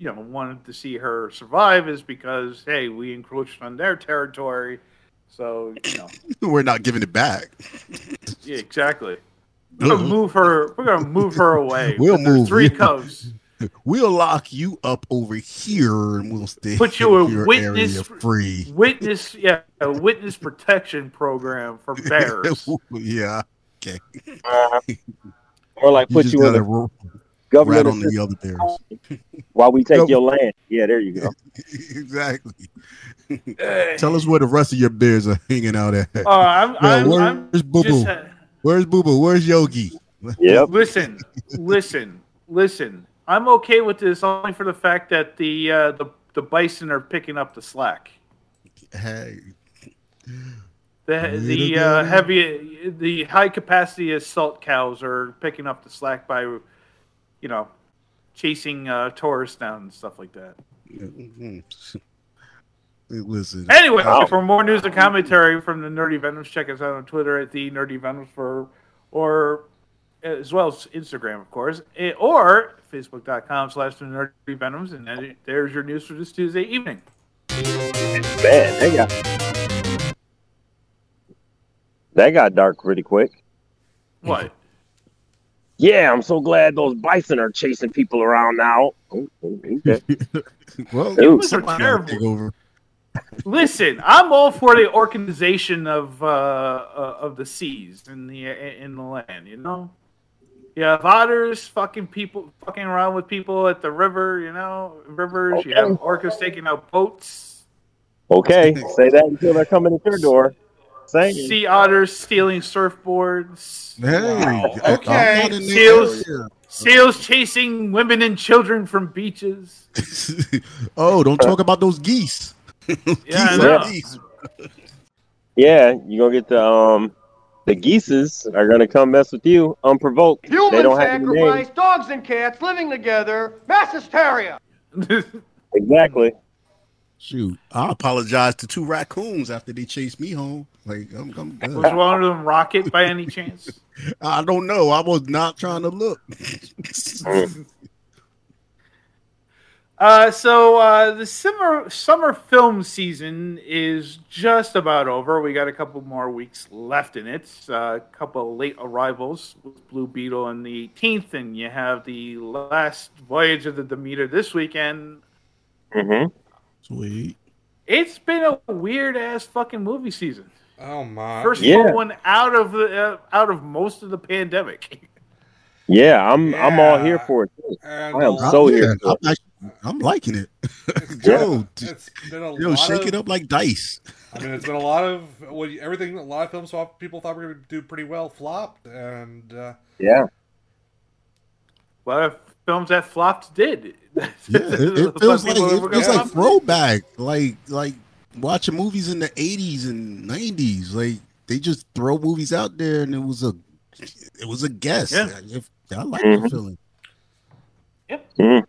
S2: know, wanted to see her survive is because hey, we encroached on their territory, so you know,
S10: We're not giving it back.
S2: yeah, exactly. We're gonna move her. We're gonna move her away.
S10: Mm-hmm. We'll
S2: with her
S10: move
S2: three
S10: you.
S2: cubs.
S10: We'll lock you up over here, and we'll stay
S2: Put you
S10: in
S2: a
S10: your
S2: witness-
S10: area free.
S2: Witness, yeah, a witness protection program for bears.
S10: yeah. Okay.
S7: uh, Or like put
S10: just
S7: you in
S10: gotta
S7: a
S10: ro-
S7: government
S10: rat on the
S7: assist-
S10: other bears.
S7: while we take
S10: Nope.
S7: your land. Yeah, there you go.
S10: exactly. Tell us where the rest of your bears are hanging out at.
S2: Uh, I'm- I'm-
S10: where's
S2: I'm
S10: Boo Boo?
S2: just uh, ha-
S10: where's Boo Boo? Where's Yogi?
S2: Listen, listen, listen. I'm okay with this only for the fact that the uh, the the bison are picking up the slack.
S10: Hey,
S2: The the
S10: Little
S2: uh,
S10: guy.
S2: heavy the high capacity assault cows are picking up the slack by, you know, chasing uh, tourists down and stuff like that.
S10: Mhm. listen.
S2: Anyway,
S10: Wow.
S2: for more news and commentary from the Nerdy Venoms, check us out on Twitter at the Nerdy Venoms for, or as well as Instagram, of course, eh, or Facebook.com slash the Nerdy Venoms. And then there's your news for this Tuesday evening.
S7: Man, they got that got dark pretty quick.
S2: What?
S7: Yeah, I'm so glad those bison are chasing people around now. Oh, oh, okay.
S10: well,
S7: Dude,
S10: somebody gotta take over.
S2: Listen, I'm all for the organization of uh, uh, of the seas and the in the land. You know, you have otters fucking people fucking around with people at the river. You know, rivers. You have orcas taking out boats.
S7: okay, say that until they're coming at your door. Say it.
S2: Sea otters stealing surfboards.
S10: Hey,
S2: Okay. Seals, seals chasing women and children from beaches.
S10: oh, don't talk about those geese.
S2: Yeah, I
S7: Geese,
S2: know.
S10: geese.
S7: Yeah, you gonna get the um the geeses are gonna come mess with you unprovoked. they
S13: Human
S7: don't have any names.
S13: sacrifice, dogs and cats living together, mass hysteria.
S7: Exactly.
S10: Shoot, I apologize to two raccoons after they chased me home. Like I'm, I'm good.
S2: Was one of them rocket by any chance?
S10: I don't know. I was not trying to look.
S7: Mm-hmm.
S2: Uh, so uh, the summer summer film season is just about over. We got a couple more weeks left in it. Uh, a couple of late arrivals with Blue Beetle on the 18th, and you have the last voyage of the Demeter this weekend.
S7: Mm-hmm.
S10: Sweet.
S2: It's been a weird ass fucking movie season.
S1: Oh
S10: Uh,
S1: my!
S2: First
S7: Yeah.
S2: full one out of the uh, out of most of the pandemic.
S7: Yeah, I'm I'm all here for it. too. I am so
S10: Yeah,
S7: here.
S10: I'm,
S7: For it.
S10: actually- I'm liking it. yo,
S1: It's been a
S10: yo,
S1: lot
S10: shake
S1: of-
S10: it up like dice.
S1: I mean, it's been a lot of well, everything. A lot of films thought- people thought were going to do pretty well flopped, and uh,
S7: Yeah.
S2: A lot of films that flopped did.
S10: Yeah, it, it feels like it feels like throwback, like like watching movies in the '80s and '90s. Like they just throw movies out there, and it was a it was a guess.
S2: Yeah.
S10: Like, if- I like the
S7: Mhm.
S10: feeling.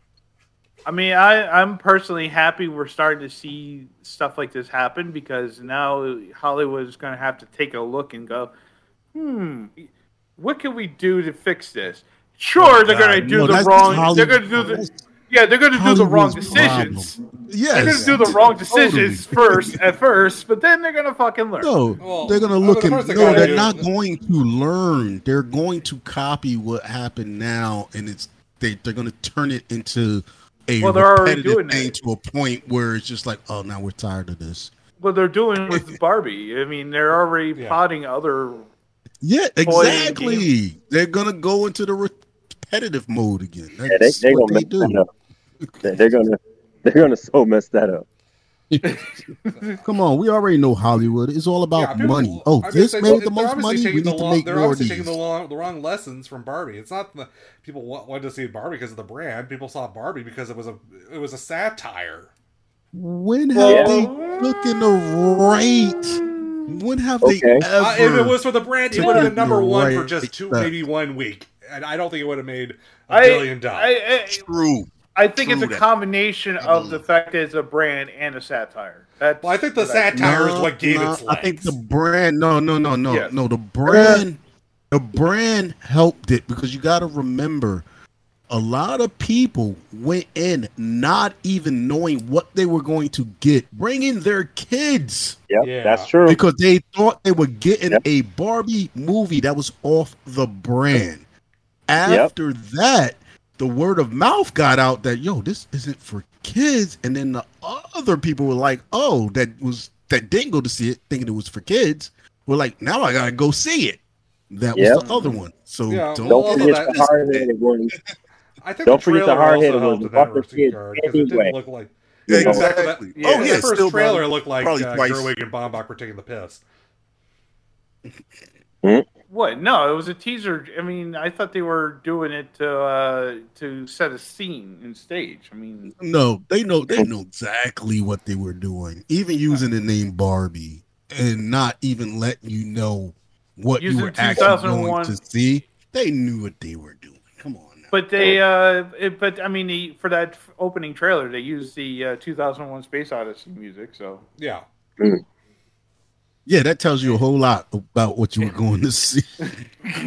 S2: I mean, I, I'm personally happy we're starting to see stuff like this happen because now Hollywood is going to have to take a look and go, hmm, what can we do to fix this? Sure, they're
S10: Oh, God,
S2: going to do
S10: no,
S2: the
S10: that's
S2: wrong.
S10: Hollywood-
S2: They're going to do the. Yeah, they're going to do the wrong
S10: Hollywood's
S2: decisions. they're going
S10: Yes,
S2: to do the wrong
S10: totally.
S2: decisions first at first, but then they're going to fucking learn.
S10: No, they're gonna look
S2: the
S10: and
S2: first thing
S10: no,
S2: I
S10: they're
S2: do-
S10: not going to learn. They're going to copy what happened now, and it's they they're gonna turn it into a
S2: Well, they're already doing
S10: repetitive thing to a point where it's just like, oh, now we're tired of this.
S2: What they're doing with Barbie. I mean, they're already plotting other.
S10: Yeah,
S2: Toy
S10: exactly. They're gonna go into the repetitive mode again. That's
S7: Yeah, they, they're
S10: what
S7: gonna
S10: they
S7: mess
S10: do.
S7: that up. They- They're gonna they're gonna so mess that up.
S10: Come on, we already know Hollywood. It's all about
S1: people-
S10: money. Oh,
S1: I mean,
S10: this
S1: they-
S10: made
S1: they're
S10: the most
S1: obviously
S10: money.
S1: taking
S10: We
S1: the
S10: need to
S1: long-
S10: make
S1: they're
S10: more of
S1: obviously
S10: these.
S1: taking the, long, the wrong lessons from Barbie. It's not the people wa- wanted to see Barbie because of the brand. People saw Barbie because it was a it was a satire.
S10: When
S1: Well-
S10: have they taken the right? When have they ever?
S1: Uh, if it was for the brand, it
S10: took
S1: would have
S10: the
S1: been number one for
S10: right
S1: just two,
S10: step?
S1: maybe one week, and I don't think it would have made a
S2: I-
S1: billion dollars.
S2: I, I,
S10: True.
S2: I think it's
S1: True
S2: a
S1: that.
S2: combination of the fact that it's a brand and a satire. That's well, I
S1: think the satire is what gave
S10: No,
S1: its
S10: I think the brand. No, no, no, no,
S2: Yes.
S10: no. The brand, the brand helped it because you got to remember, a lot of people went in not even knowing what they were going to get, bringing their kids.
S7: Yep, Yeah. that's true.
S10: Because they thought they were getting a Barbie movie that was off the brand. After that, the the word of mouth got out that yo, this isn't for kids, and then the other people were like, oh, that was that didn't go to see it, thinking it was for kids. We're like, now I gotta go see it. That was
S7: Yep.
S1: Oh,
S10: the other one. So
S1: Yeah,
S10: don't,
S1: well, although
S7: forget
S1: that
S7: the
S1: is-
S7: hard-headed one.
S1: I think
S7: Don't
S1: the
S7: forget the
S1: trailer
S7: hard-headed
S1: also
S7: one.
S1: helped in that
S7: Fuck the
S1: regard,
S7: kids
S1: 'cause it
S7: anyway.
S1: didn't look like
S10: Yeah,
S1: You know,
S10: exactly.
S1: that-
S10: Oh,
S1: yeah,
S10: yeah,
S1: the first trailer
S10: still probably-
S1: looked like
S10: probably
S1: uh,
S10: twice.
S1: Gerwig and Bombach were taking the piss.
S2: What? No, it was a teaser. I mean, I thought they were doing it to uh, to set a scene and stage. I mean,
S10: No, they know they know exactly what they were doing. Even using the name Barbie and not even letting you know what
S2: Using
S10: you were actually going
S2: 2001.
S10: to see. They knew what they were doing. Come on.
S2: but they, uh, it, but I mean, the, for that f- opening trailer, they used the uh, 2001: Space Odyssey music. So
S1: yeah,
S10: Yeah, that tells you a whole lot about what you were going to see.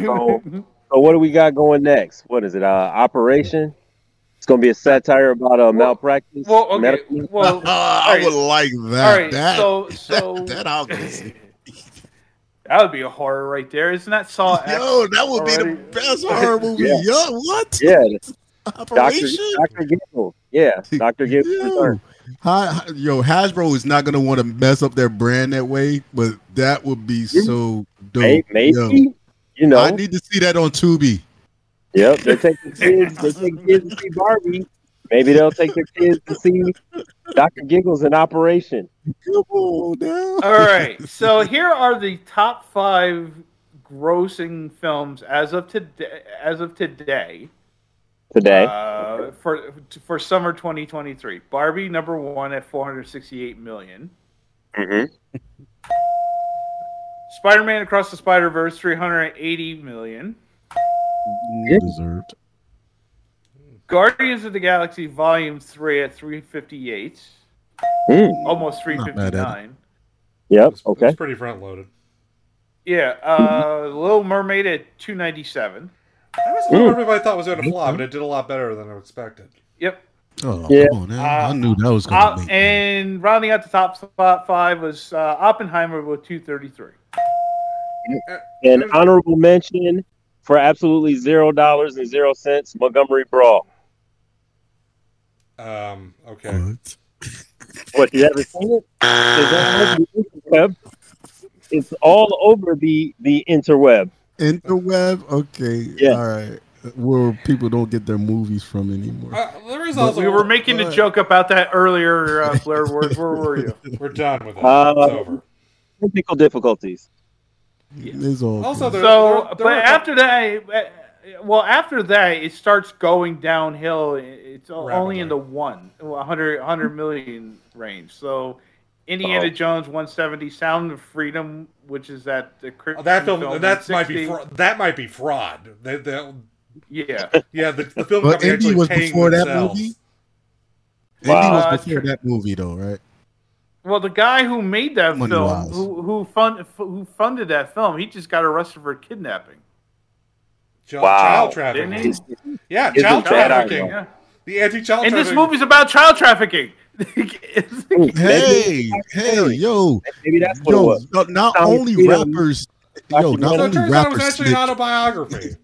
S7: So, so what do we got going next? What is it? Uh, Operation. It's gonna be a satire about uh, malpractice.
S2: well, okay,
S7: medical-
S2: well,
S10: I
S2: all right.
S10: would like that.
S2: All right,
S10: that
S2: so so
S10: that, obviously.
S2: that would be a horror right there. Isn't that Saw? X
S10: Yo, that would be the
S2: already?
S10: best horror movie.
S7: Yeah.
S10: Yo, what?
S7: Yeah. Doctor
S10: Operation?
S7: Doctor Gable. Yeah, Doctor Gable. returns.
S10: Hi, hi- yo, Hasbro is not gonna want to mess up their brand that way, but that would be so dope.
S7: May- maybe,
S10: yo.
S7: you know.
S10: I need to see that on Tubi.
S7: Yep, they're taking kids. They're taking kids to see Barbie. Maybe they'll take their kids to see Doctor Giggles in Operation.
S2: All right. So here are the top five grossing films as of today. As of today.
S7: Today.
S2: Uh, for for summer 2023, Barbie number one at 468 million.
S7: Mm-hmm.
S2: Spider-Man Across the Spider-Verse 380 million.
S10: Deserved.
S2: Guardians of the Galaxy Volume Three at 358, almost
S10: Not bad at it.
S2: 359.
S7: Mm,
S10: Oh,
S7: Yep.
S1: It's
S7: Okay.
S1: pretty front loaded.
S2: Yeah. Uh, Little Mermaid at 297.
S1: That
S10: Hmm.
S1: was what everybody thought was going to flop, but it did a lot better than I expected.
S2: Yep.
S10: Oh,
S7: Yeah.
S10: come on, man. I knew that was gonna
S2: Uh,
S10: make.
S2: and rounding out the top spot five was uh, Oppenheimer with 233.
S7: An honorable mention for absolutely zero dollars and zero cents. Montgomery Brawl.
S1: Um, okay.
S7: What you haven't seen it? It's all over the interweb. It's all over the the interweb.
S10: Interweb, okay,
S7: Yeah.
S10: all right. Where people don't get their movies from anymore.
S1: Uh, there is
S2: we were making a joke about that earlier, uh, Blair Ward. Where were you?
S1: We're done with it.
S7: Uh,
S1: it's over.
S7: Technical difficulties.
S10: It's all
S1: Also, there,
S2: so,
S1: there- there
S2: but
S1: are-
S2: after that, uh, well, after that, it starts going downhill. It's only in the one, 100, 100 million range. So, Indiana
S1: Uh-oh.
S2: Jones 170, Sound of Freedom, which is that the Christian
S1: Oh, that film, that might
S2: 160.
S1: be fra- that might be fraud. That, that,
S2: yeah,
S1: yeah. The, the film
S10: But
S1: company
S10: Indy
S1: actually
S10: was
S1: paying
S10: before that
S1: themselves.
S10: movie? Andy
S2: Wow.
S10: was before that movie, though, right?
S2: Uh, Well, the guy who made that
S10: Money
S2: film,
S10: wise.
S2: who who, fund, who funded that film, he just got arrested for kidnapping.
S1: Child,
S7: Wow.
S1: child
S2: Didn't
S1: trafficking.
S2: he?
S1: Yeah,
S7: Isn't
S1: child
S7: that
S1: trafficking.
S2: ironic?
S1: The anti-child
S2: And this
S1: trafficking.
S2: movie's about child trafficking.
S10: Hey, hey, yo,
S7: Maybe that's what it
S10: yo,
S7: was.
S10: not, not
S7: Sound of
S10: only
S7: Freedom.
S10: rappers, yo, not
S1: so it
S10: only
S1: turns out it was
S10: rappers
S1: actually an
S10: snitch.
S1: autobiography.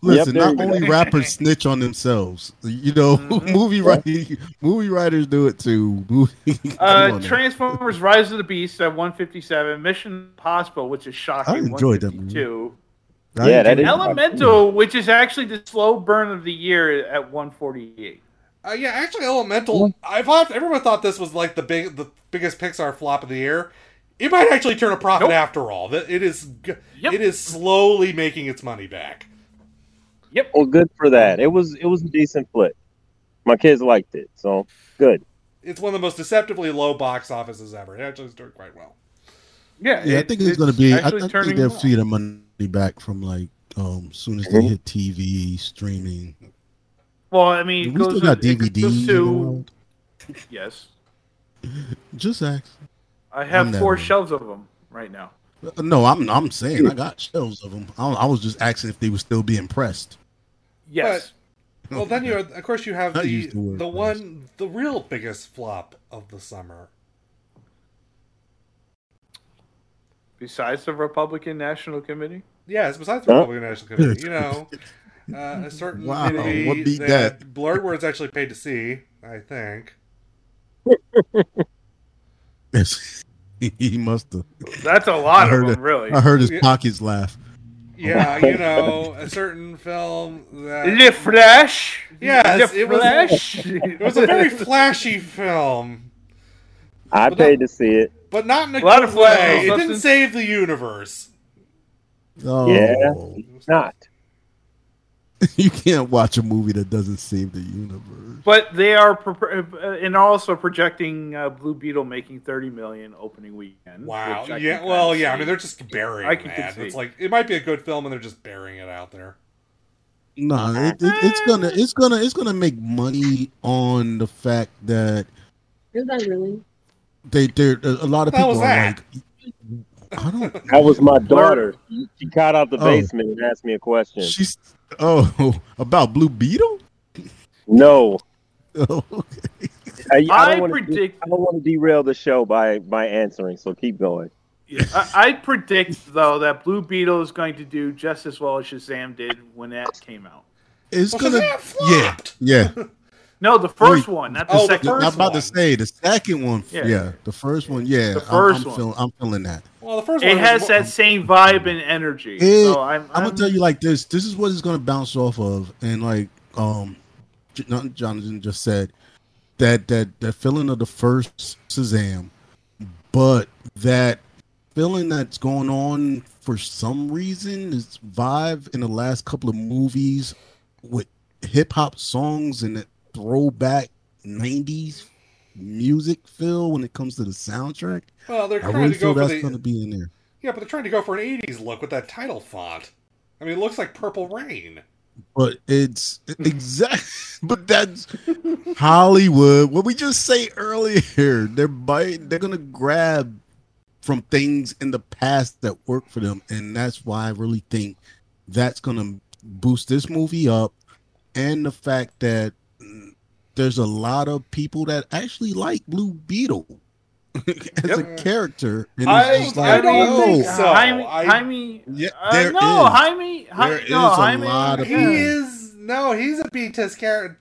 S10: Listen,
S7: Yep, there
S10: not
S7: you go.
S10: only rappers snitch on themselves, you know, movie writing, movie writers do it too. Movie- come
S2: Uh,
S10: on now.
S2: Transformers: Rise of the Beast at 157, Mission Impossible, which is shocking,
S10: I enjoyed that
S2: 152.
S10: I
S7: Yeah,
S10: enjoyed
S7: that is-
S10: it.
S2: Elemental, which is actually the slow burn of the year at 148.
S1: Uh, yeah, actually, Elemental. I thought everyone thought this was like the big, the biggest Pixar flop of the year. It might actually turn a profit after all. That it is, g- it is slowly making its money back.
S7: Well, good for that. It was it was a decent flick. My kids liked it, so good.
S1: It's one of the most deceptively low box offices ever. It actually is doing quite well.
S2: Yeah,
S10: Yeah, I
S2: it-
S10: think it's, gonna be. I, I
S2: actually
S10: think
S2: turning
S10: they'll
S2: well.
S10: see the money back from like um soon as they
S7: Mhm.
S10: hit TV streaming.
S2: Well, I mean, it
S10: we still
S2: goes,
S10: got
S2: it goes
S10: DVDs.
S2: to yes,
S10: Just ask.
S2: I
S10: I'm
S2: have
S10: that
S2: four
S10: way.
S2: shelves of them right now.
S10: Uh, No, I'm I'm saying I got shelves of them. I, I was just asking if they would still be impressed.
S2: Yes.
S1: Well, then you, of course, you have
S10: I
S1: the
S10: used the word
S1: the one, the real biggest flop of the summer.
S2: Besides the Republican National Committee.
S1: Yes, besides the
S10: Huh?
S1: Republican National Committee, you know, Uh, a certain
S10: Wow,
S1: entity
S10: what beat
S1: that Blurred Word's actually paid to see, I think.
S10: Oh, he must have.
S2: That's a lot
S10: I
S2: of
S10: heard
S2: them,
S10: it-
S1: Uh,
S2: really.
S10: I heard his
S1: Yeah.
S10: pockets laugh.
S1: Yeah, you know, a certain film that
S2: Le Flash.
S1: Yes,
S2: Le
S1: it was-
S2: Flash.
S1: it was a very flashy film,
S7: I paid to see it.
S1: but not in a,
S2: A lot
S1: good
S2: of flash
S1: way. It didn't
S2: substance.
S1: save the universe.
S10: Oh,
S7: Yeah, it's not.
S10: you can't watch a movie that doesn't save the universe.
S2: But they are, pro- uh, and also projecting uh, Blue Beetle making thirty million opening weekend.
S1: Wow.
S2: which I
S1: Yeah.
S2: can
S1: Well,
S2: kinda
S1: yeah. I
S2: see.
S1: mean, they're just burying
S2: I can
S1: that.
S2: concede.
S1: It's like it might be a good film, and they're just burying it out there.
S10: No, it, it- it's gonna, it's gonna, it's gonna make money on the fact that
S6: Is that really?
S10: they, they, a a lot of
S6: How
S10: people
S6: was
S10: are
S6: that?
S10: like, I don't.
S7: That was my daughter. She got out the
S10: Oh.
S7: basement and asked me a question.
S10: She's oh about Blue Beetle.
S7: No.
S10: Oh,
S7: I, I,
S2: I
S7: don't wanna de-
S2: predict-
S7: I don't want to derail the show by by answering, so keep going.
S2: I, I predict though that Blue Beetle is going to do just as well as Shazam did when that came out.
S10: It's
S2: Well,
S10: gonna,
S2: Shazam
S10: yeah, yeah.
S2: No, the first one, not the
S10: Oh,
S2: second.
S10: I'm about to say the second one.
S2: Yeah.
S10: Yeah, the first one. Yeah,
S2: The
S10: I'm-
S2: first
S10: I'm,
S2: one.
S10: Feeling, I'm feeling that.
S1: Well, the first
S2: it
S1: one was
S2: has
S1: mo-
S2: that same vibe and energy.
S10: It-
S2: so
S10: I'm,
S2: I'm,
S10: gonna tell you like this. This is what it's gonna bounce off of, and like um, J- not- Jonathan just said that that that feeling of the first Shazam, but that feeling that's going on for some reason is vibe in the last couple of movies with hip hop songs and that throwback '90s music feel when it comes to the soundtrack.
S1: Well, they're
S10: I
S1: trying
S10: really
S1: to go
S10: feel
S1: for
S10: that's
S1: the
S10: gonna be in there.
S1: yeah, but they're trying to go for an '80s look with that title font. I mean, it looks like Purple Rain.
S10: But it's exact. but that's Hollywood. What we just say earlier, they're bite. They're gonna grab from things in the past that work for them, and that's why I really think that's gonna boost this movie up, and the fact that mm, there's a lot of people that actually like Blue Beetle as a character. And it's
S1: I-
S10: just
S1: I don't
S10: yo,
S1: think so.
S2: Jaime,
S1: I-
S2: Jaime,
S10: Oh. Yeah,
S2: uh,
S10: there
S2: no,
S10: is.
S2: Jaime, Jaime,
S10: There
S2: no,
S10: is a
S2: Jaime.
S10: lot of
S1: He
S10: people.
S1: is no, he's a B tier char-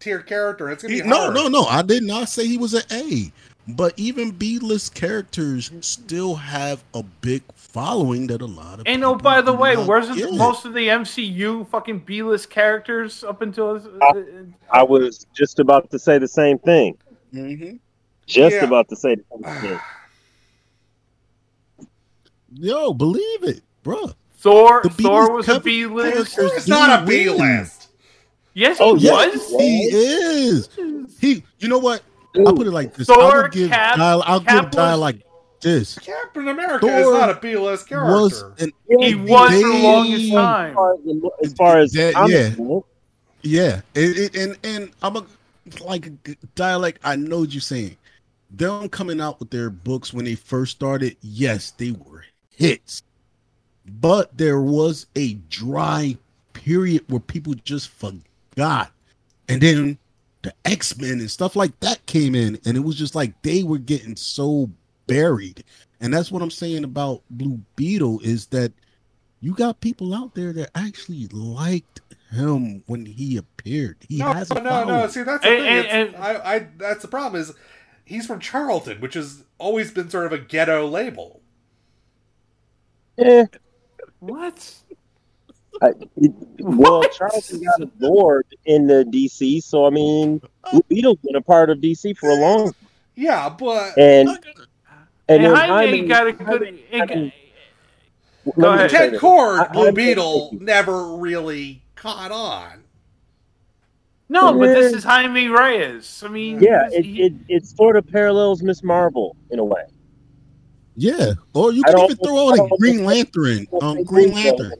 S1: tier character. It's gonna be
S10: no,
S1: hard.
S10: no, no. I did not say he was an A. But even B list characters still have a big following that a lot of
S2: And oh, by the way, wasn't
S10: get it.
S2: most of the MCU fucking B-list characters up
S7: Uh,
S2: until? uh,
S7: I was just about to say the same thing.
S10: Mhm.
S7: Just
S2: Mm-hmm. Yeah.
S7: about to say the same thing.
S10: yo believe it, bro.
S2: Thor,
S10: The B-list
S2: Thor was a
S10: cover-
S2: B-list.
S10: characters Thor's not do a win. B-list.
S2: Yes, he
S10: Oh,
S2: was.
S10: yes, he is. He, you know what? I'll put it like this. I
S2: Thor,
S10: will give
S2: Cap-
S10: dial. I'll
S2: Cap
S10: give
S2: was-
S10: dial like this.
S1: Captain America
S10: Thor
S1: is not a B list character.
S10: Was an
S2: He was for the
S10: they-
S2: longest time.
S7: As far as
S10: That-
S7: I'm
S10: yeah.
S7: concerned,
S10: Yeah, it, it, and and I'm a like dialect. I know what you're saying. Them coming out with their books when they first started, yes, they were hits, but there was a dry period where people just forgot, and then the X Men and stuff like that came in, and it was just like they were getting so buried, and that's what I'm saying about Blue Beetle is that you got people out there that actually liked him when he appeared. He
S1: no,
S10: has a
S1: no, no,
S10: following.
S1: See, that's the
S2: And-
S1: thing.
S2: and-
S1: It's- I, I, that's the problem is he's from Charlton, which has always been sort of a ghetto label.
S7: eh,
S2: What?
S7: I, it, well, Charlton got absorbed in the DC, so I mean, Blue Beetle's been a part of DC for a long time.
S1: Yeah, but
S7: And
S2: And,
S7: and then
S2: Jaime
S7: Hyman-
S2: got a good.
S7: let
S2: go
S7: me
S2: ahead.
S7: say
S1: Ted
S7: this.
S1: Cord,
S7: I-
S1: Blue
S7: I'm-
S1: Beetle, never really caught on.
S2: no, but this
S7: Yeah.
S2: is Jaime Reyes. I mean,
S7: Yeah,
S2: this-
S7: it, it, it sort of parallels Miss Marvel in a way.
S10: Yeah, or you
S7: I
S10: can
S7: don't-
S10: even throw out
S7: I
S10: a
S7: don't-
S10: Green Lantern, um, Green Lantern.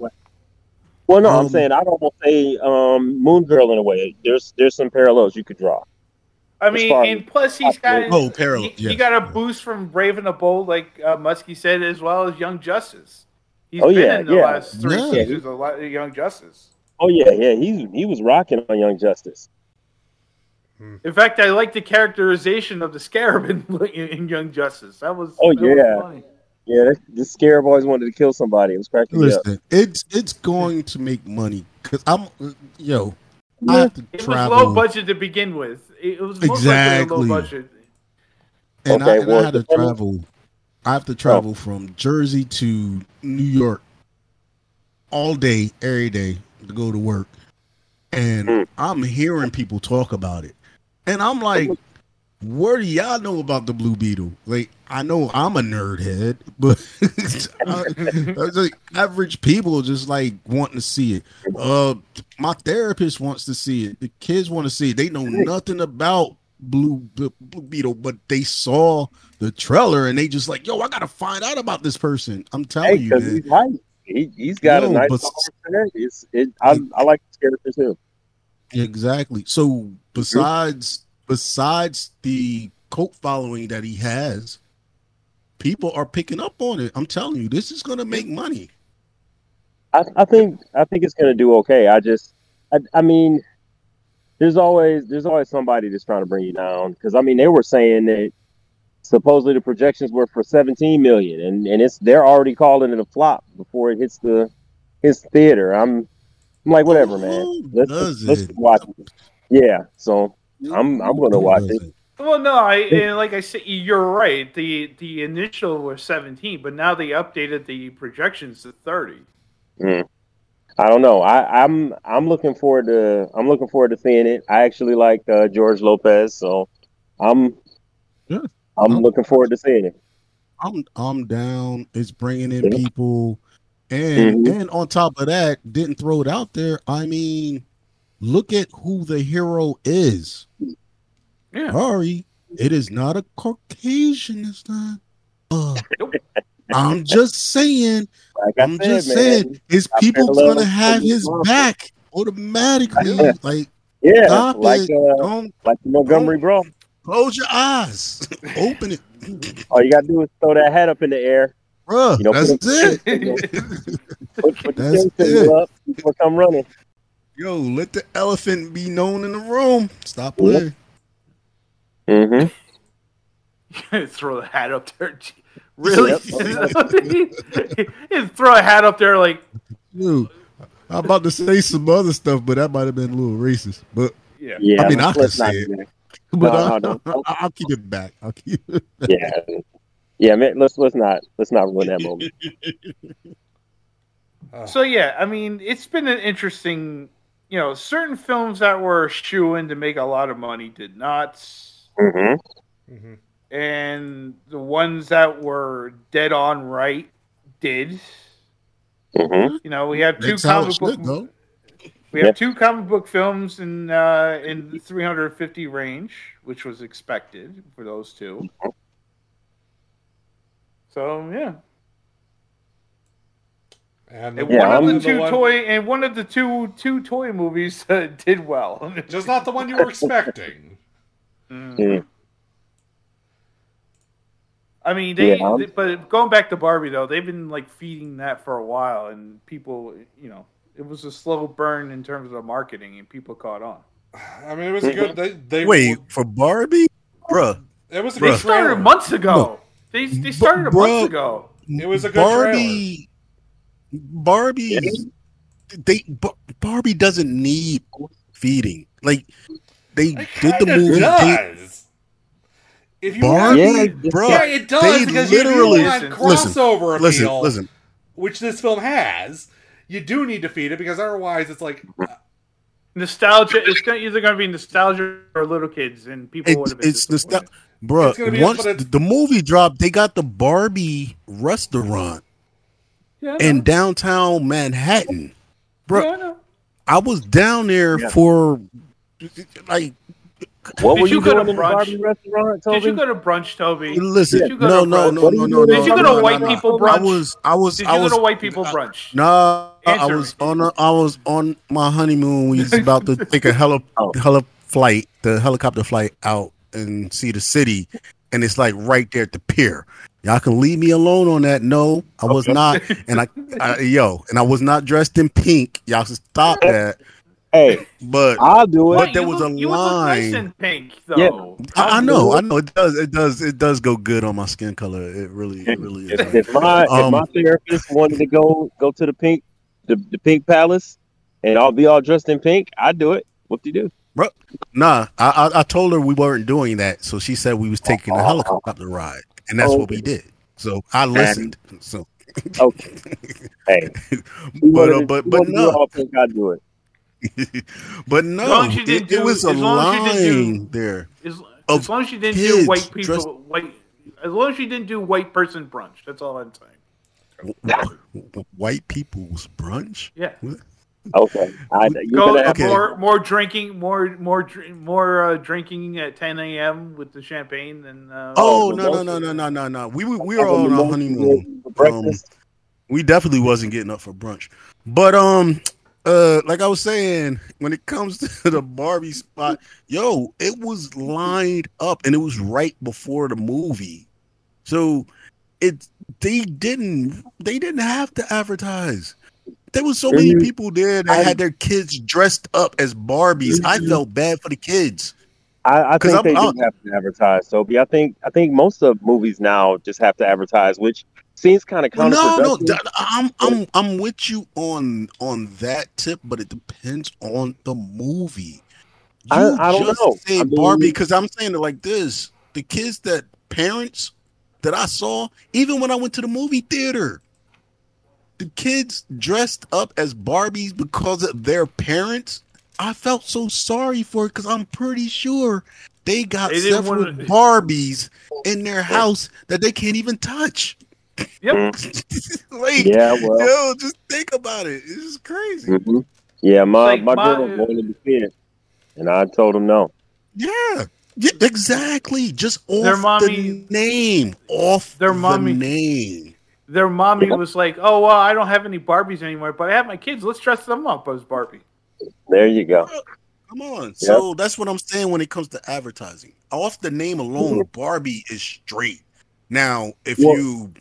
S7: Well, no, I'm
S10: Um,
S7: saying I'd almost say um, Moon Girl in a way. There's there's some parallels you could draw.
S2: I
S7: as
S2: mean,
S7: far
S2: and plus he's got
S10: Oh, parallel,
S2: He, he
S10: yes,
S2: got a boost from Raven of Bold, like uh, Muskie said, as well as Young Justice. He's
S7: Oh,
S2: been
S7: yeah,
S2: in the
S7: yeah.
S2: last three
S7: Yeah.
S2: seasons of Li- Young Justice.
S7: Oh yeah, yeah, he he was rocking on Young Justice.
S2: In fact, I like the characterization of the Scarab in, in, in Young Justice. That was
S7: Oh
S2: that was
S7: yeah,
S2: funny.
S7: yeah. That, the Scare Boys wanted to kill somebody. It was cracking me up.
S10: Listen, it's it's going to make money Cause I'm, yo, I
S2: It
S10: have to
S2: was
S10: travel.
S2: low budget to begin with. It, it was most
S10: Exactly.
S2: likely a low budget.
S10: and, I,
S2: Okay,
S10: and
S2: well,
S10: I had to
S2: then-
S10: travel. I have to travel from Jersey to New York all day, every day to go to work, and I'm hearing people talk about it, and I'm like, "Where do y'all know about the Blue Beetle?" Like, I know I'm a nerd head, but I, I was like, average people just like wanting to see it. Uh, my therapist wants to see it. The kids want to see it. They know nothing about Blue, Blue Beetle, but they saw the trailer and they just like, yo, I gotta find out about this person. I'm telling
S7: Hey,
S10: you,
S7: 'cause
S10: man.
S7: he's nice. He, he's got a
S10: No,
S7: nice
S10: but-
S7: conversation. It's, it, I, I like the character too.
S10: Exactly. So besides besides the cult following that he has, people are picking up on it. I'm telling you, this is gonna make money.
S7: I, I think I think it's gonna do okay. I just I, I mean there's always there's always somebody that's trying to bring you down because I mean they were saying that supposedly the projections were for 17 million and and it's they're already calling it a flop before it hits the hits the theater. I'm I'm like whatever man. Let's
S10: does
S7: let's
S10: it?
S7: watch it. Yeah, so I'm I'm gonna watch it.
S2: Well, no, I and like I said, you're right. The the initial was 17, but now they updated the projections to 30.
S7: Mm. I don't know. I, I'm I'm looking forward to I'm looking forward to seeing it. I actually like uh, George Lopez, so I'm I'm looking forward to seeing it.
S10: I'm I'm down. It's bringing in
S7: Yeah.
S10: people, and
S7: Mhm.
S10: and on top of that, didn't throw it out there. I mean, look at who the hero is.
S2: Yeah.
S10: Sorry, it is not a Caucasian this time. Uh, I'm just saying.
S7: I
S10: I'm
S7: said,
S10: just
S7: man,
S10: saying, his
S7: I
S10: people
S7: fell in love
S10: gonna have
S7: with
S10: his
S7: Marvel.
S10: back automatically. Like,
S7: Yeah,
S10: stop
S7: like
S10: it.
S7: uh, like the Montgomery Bro.
S10: Close your eyes. Open it.
S7: All you gotta do is throw that hat up in the air,
S10: bro.
S7: You know,
S10: that's
S7: put
S10: it.
S7: Put, put the
S10: That's
S7: chin symbol up before come running.
S10: Yo, let the elephant be known in the room. Stop playing.
S7: Mm-hmm.
S2: throw the hat up there. Gee, Really?
S10: Yep.
S2: Just throw a hat up there like
S10: Dude, I'm about to say some other stuff, but that might have been a little racist. But
S2: Yeah.
S10: I mean, I can
S7: let's
S10: say
S7: not
S10: it.
S7: do that.
S10: But I,
S7: No, no, no.
S10: will keep it back. I'll keep it back.
S7: Yeah, yeah. Man, let's let's not let's not ruin that moment.
S2: So yeah, I mean, it's been an interesting, you know, certain films that were shoo in to make a lot of money did not,
S7: Mm-hmm.
S2: and the ones that were dead on right did.
S7: Mm-hmm.
S2: You know, we have two
S10: That's how it
S2: comic book
S10: should go.
S2: we have
S10: Yeah.
S2: two comic book films in uh, in the 350 range, which was expected for those two. So yeah,
S1: And
S2: and
S1: one-
S2: one
S1: and
S2: of the two
S1: one-
S2: toy and one of the two two toy movies uh, did well, mm.
S1: Just not the one you were expecting.
S2: I mean, they.
S7: Yeah.
S2: th- but going back to Barbie though, they've been like feeding that for a while, and people, you know, it was a slow burn in terms of the marketing, and people caught on.
S1: I mean, it was a good. They, they
S10: Wait, for Barbie? Bruh.
S1: It was a
S2: They
S1: good trailer.
S2: started months ago.
S10: No.
S2: They they started
S10: Bro,
S2: months ago.
S1: It was a good
S10: Barbie. Barbie. They Bar- Barbie doesn't need feeding. Like they did the
S1: kinda
S10: movie. they-
S1: does. If you
S10: Barbie,
S1: have,
S10: bruh,
S1: yeah, it does
S10: they
S1: because
S10: literally-
S1: you do have
S10: Listen,
S1: crossover
S10: listen,
S1: appeal,
S10: listen.
S1: which this film has. You do need to feed it because otherwise, it's like
S2: Nostalgia. It's gonna, either going to be nostalgia or little kids, and people would
S10: It's
S2: have been.
S10: it's the stuff,
S2: It's gonna be
S10: bruh.
S2: up
S10: Once
S2: for
S10: the, the movie dropped, they got the Barbie restaurant
S2: Yeah, I know.
S10: in downtown Manhattan, bruh.
S2: Yeah, I know.
S10: I was down there
S2: Yeah.
S10: for like.
S7: What
S2: Did you, go to brunch?
S7: restaurant,
S2: Did you go to brunch, Toby?
S10: Listen,
S2: Did you go
S10: no,
S2: to
S10: no,
S2: brunch?
S10: no, no, no,
S2: Did you
S10: no,
S2: go
S10: no,
S2: to
S10: no,
S2: white
S10: no.
S2: people
S10: I
S2: brunch?
S10: was- I was-
S2: Did you
S10: I was-
S2: go to white people brunch?
S10: No, I
S2: Answer
S10: was on a, I was on my honeymoon. We was about to take a heli-
S7: Oh.
S10: heli- flight, the helicopter flight out and see the city, and it's like right there at the pier. Y'all can leave me alone on that. No, I was not, and I, I yo, and I was not dressed in pink. Y'all should stop that.
S7: Hey,
S10: but
S7: I'll do it.
S10: But there was a
S2: You would look
S10: line.
S2: nice in pink, though.
S7: Yeah.
S10: I, I know, I know. It does, it does, it does go good on my skin color. It really, it really is.
S7: If, if my if my
S10: Um,
S7: therapist wanted to go go to the pink the, the pink palace, and I'll be all dressed in pink. I'd do it. What do you do?
S10: Bro, nah, I, I I told her we weren't doing that, so she said we was taking a
S7: Oh.
S10: helicopter ride, and that's what we did. So I listened. So
S7: okay, hey,
S10: but uh, but but no,
S7: I do it.
S10: but no,
S2: long as you
S10: it-
S2: didn't
S10: it,
S2: do-
S10: was a
S2: as long as you didn't do-
S10: line there.
S2: As,
S10: of
S2: as long as you didn't do
S10: kids
S2: white people,
S10: dressed-
S2: white. As long as you didn't do white person brunch. That's all I'm saying.
S10: w- w- white people's brunch.
S2: Yeah.
S7: Okay, I, you
S2: Go
S7: better have
S2: more, more drinking, more, more, dr- more uh, drinking at 10 a.m. with the champagne and. Uh,
S10: Oh no no no no no no no. We were we were on our honeymoon. Um, we definitely wasn't getting up for brunch, but um, uh, like I was saying, when it comes to the Barbie spot, yo, it was lined up, and it was right before the movie, so it they didn't they didn't have to advertise. There was so many
S7: Mhm.
S10: people there that had their kids dressed up as Barbies. I felt bad for the kids.
S7: Mm-hmm. I, I
S10: 'Cause
S7: think
S10: I'm-
S7: they
S10: I'm-
S7: do have to advertise, Sophie. I think I think most of movies now just have to advertise, which seems kind of
S10: Well, no,
S7: counterproductive.
S10: no, d- uh, I'm I'm I'm with you on on that tip, but it depends on the movie. You
S7: I- I don't
S10: just
S7: know.
S10: say
S7: I mean-
S10: Barbie because I'm saying it like this: the kids that parents that I saw, even when I went to the movie theater, the kids dressed up as Barbies because of their parents. I felt so sorry for it because I'm pretty sure they got
S2: They didn't
S10: several
S2: wanna-
S10: Barbies in their house that they can't even touch.
S2: Yep.
S10: like,
S7: Yeah, well.
S10: yo, just think about it. It's just crazy.
S7: Mhm. Yeah, my
S10: Like
S7: my,
S10: my-
S7: daughter wanted to see it, and I told him no.
S10: Yeah. yeah, exactly. Just off
S2: Their mommy-
S10: the name, off
S2: Their
S10: the
S2: mommy-
S10: name.
S2: Their mommy was like, "Oh well, I don't have any Barbies anymore, but I have my kids. Let's dress them up as Barbie."
S7: There you go.
S10: Come on. So that's what I'm saying when it comes to advertising. Off the name alone, Barbie is straight. Now, if
S7: Well-
S10: you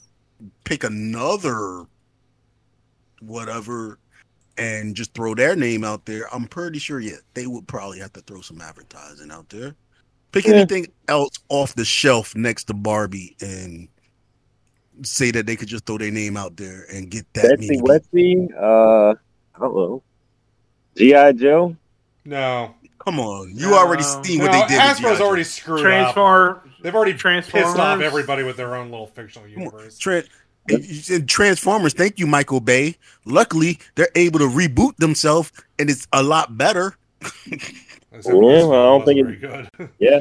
S10: pick another whatever and just throw their name out there, I'm pretty sure, yeah, they would probably have to throw some advertising out there. Pick
S7: Yeah.
S10: anything else off the shelf next to Barbie and say that they could just throw their name out there and get that. many-
S7: Betsy Wetsy, uh, I don't know. GI Joe.
S1: No.
S10: Come on. You already seen
S1: No,
S10: what they did. with G.I.
S1: Hasbro's
S10: Joe.
S1: already screwed up.
S2: Um, Transform-
S1: They've already pissed off
S2: Transformers.
S1: everybody with their own little fictional universe.
S10: Tran- and Transformers, thank you, Michael Bay. Luckily, they're able to reboot themselves, and it's a lot better.
S7: Yeah, well, I don't think it. Yeah,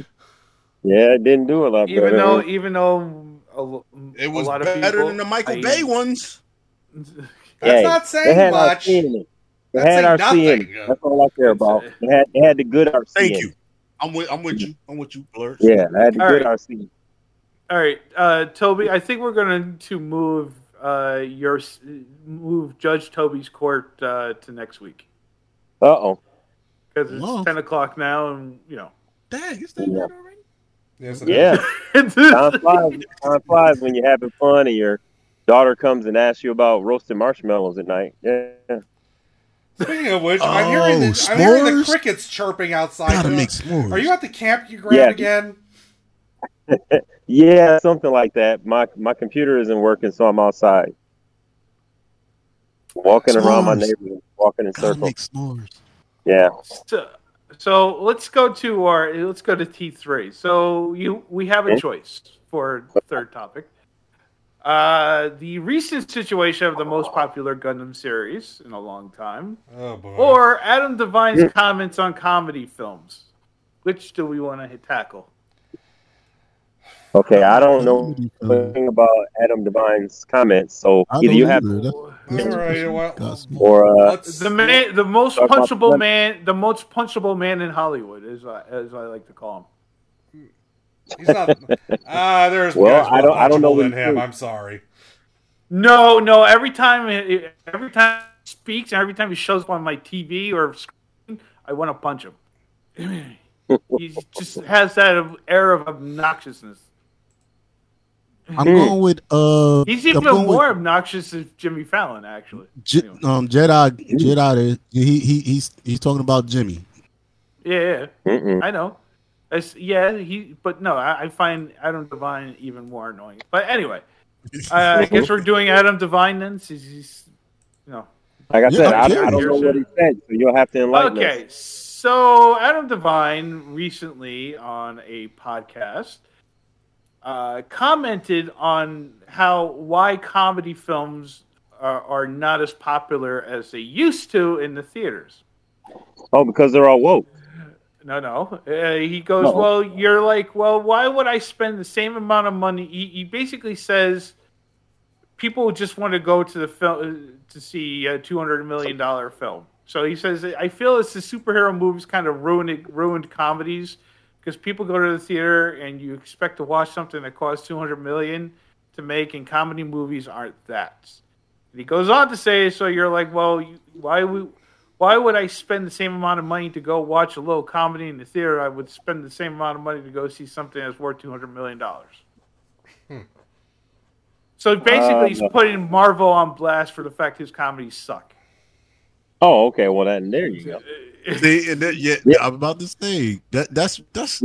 S7: yeah, it didn't do a lot
S2: Even
S7: better.
S2: though, even though a, l- a
S10: It was
S2: lot of
S10: better
S2: people-
S10: than the Michael
S2: I-
S10: Bay ones.
S1: That's
S7: Hey,
S1: not
S7: they
S1: saying
S7: had our
S1: much.
S7: C in it. They
S1: That's saying
S7: had our C in
S1: nothing.
S7: it. That's all I care about. They had, they had the good RC.
S10: Thank
S7: in it.
S10: you. I'm with. I'm with you. I'm with you, Blur.
S7: Yeah, they had the
S2: All
S7: good
S2: right.
S7: RC.
S2: All right, uh, Toby. I think we're going to move uh, your s- move Judge Toby's court uh, to next week
S7: Uh oh.
S2: because it's
S7: Whoa.
S2: ten o'clock now, and you know.
S10: Dang, it's
S7: Yeah.
S1: Yes,
S7: Yeah. time, flies, time flies when you're having fun and your daughter comes and asks you about roasted marshmallows at night. Yeah.
S1: Speaking of which, I'm, hearing
S7: Oh,
S1: the, I'm hearing the
S7: s'mores?
S1: crickets chirping outside.
S10: Gotta
S1: Uh,
S10: make s'mores.
S1: Are you at the campground
S7: Yeah.
S1: again?
S7: yeah, something like that. My my computer isn't working, so I'm outside. Walking around my
S10: S'mores.
S7: neighborhood, walking in
S10: Gotta
S7: circles.
S10: make s'mores.
S7: Yeah.
S2: So, so let's go to our let's go to T three. So you we have a
S7: Okay.
S2: choice for the third topic. Uh, the recent situation of the most popular Gundam series in a long time,
S1: Oh boy.
S2: or Adam Devine's comments on comedy films. Which do we want to tackle?
S7: Okay, I don't know anything
S10: uh,
S7: about Adam Devine's comments, so either you have
S1: All right, well,
S7: or uh,
S2: the man, the most
S7: Talk about
S2: punchable
S7: them.
S2: man, the most punchable man in Hollywood, as I, as I like to call
S1: he's not. Ah, there's
S7: Well,
S1: guys
S7: I don't- I don't know
S1: more than
S7: what he
S1: him.
S7: thinks.
S1: I'm sorry.
S2: him. No, no. Every time, he- every time he speaks, and every time he shows up on my TV or screen, I want to punch him. he just has that air of obnoxiousness.
S10: I'm
S7: Mm,
S10: going with uh.
S2: He's
S10: I'm
S2: even
S10: going with-
S2: more obnoxious than Jimmy Fallon, actually.
S10: Je- um, Jedi, Jedi, he, he he's he's talking about Jimmy.
S2: Yeah, yeah.
S7: mm,
S10: Mm-mm.
S2: I know. It's- yeah, he. But no, I, I find Adam Devine even more annoying. But anyway, uh, I guess we're doing Adam Devine then, since he's, you know,
S7: Like I
S2: Yeah,
S7: said,
S2: I'm
S7: I, I
S2: curious.
S7: don't know what he said, so you'll have to enlighten us.
S2: Okay, so Adam Devine recently on a podcast uh, commented on how why comedy films are, are not as popular as they used to in the theaters.
S7: Oh, because they're all woke.
S2: No, no. Uh, he goes,
S7: No.
S2: Well, you're like, well, why would I spend the same amount of money? He, he basically says people just want to go to the film to see a $200 million film. So he says, I feel it's the superhero movies kind of ruined, ruined comedies because people go to the theater and you expect to watch something that costs 200 million to make, and comedy movies aren't that. And he goes on to say, so you're like, well, you, why we, why would I spend the same amount of money to go watch a little comedy in the theater? I would spend the same amount of money to go see something that's worth two hundred million dollars.
S1: Hmm.
S2: So basically,
S7: Uh,
S2: he's
S7: no.
S2: putting Marvel on blast for the fact his comedies suck.
S7: Oh, okay. Well, then there you go.
S10: See, and that, yeah, I'm about to say that that's that's.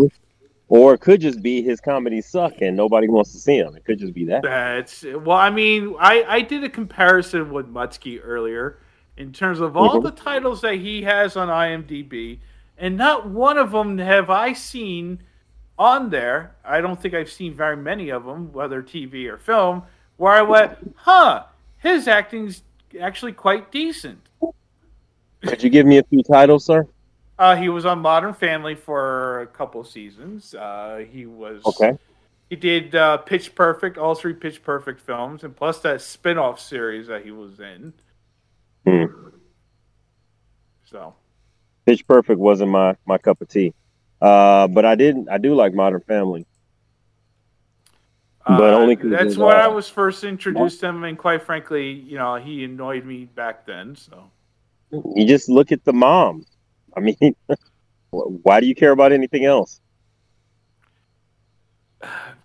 S7: Or it could just be his comedy suck and nobody wants to see him. It could just be that.
S2: That's well, I mean, I I did a comparison with Mutsky earlier in terms of all
S7: Mhm.
S2: the titles that he has on IMDb, and not one of them have I seen on there. I don't think I've seen very many of them, whether TV or film, where I went, huh, his acting's actually quite decent.
S7: Could you give me a few titles, sir?
S2: Uh, he was on Modern Family for a couple seasons. Uh, he was
S7: Okay.
S2: He did uh, Pitch Perfect, all three Pitch Perfect films, and plus that spin-off series that he was in.
S7: Hmm.
S2: So
S7: Pitch Perfect wasn't my my cup of tea, uh, but I didn't. I do like Modern Family, but only because
S2: uh, that's where I was first introduced to him, and quite frankly, you know, he annoyed me back then. So
S7: You just look at the mom. I mean, why do you care about anything else?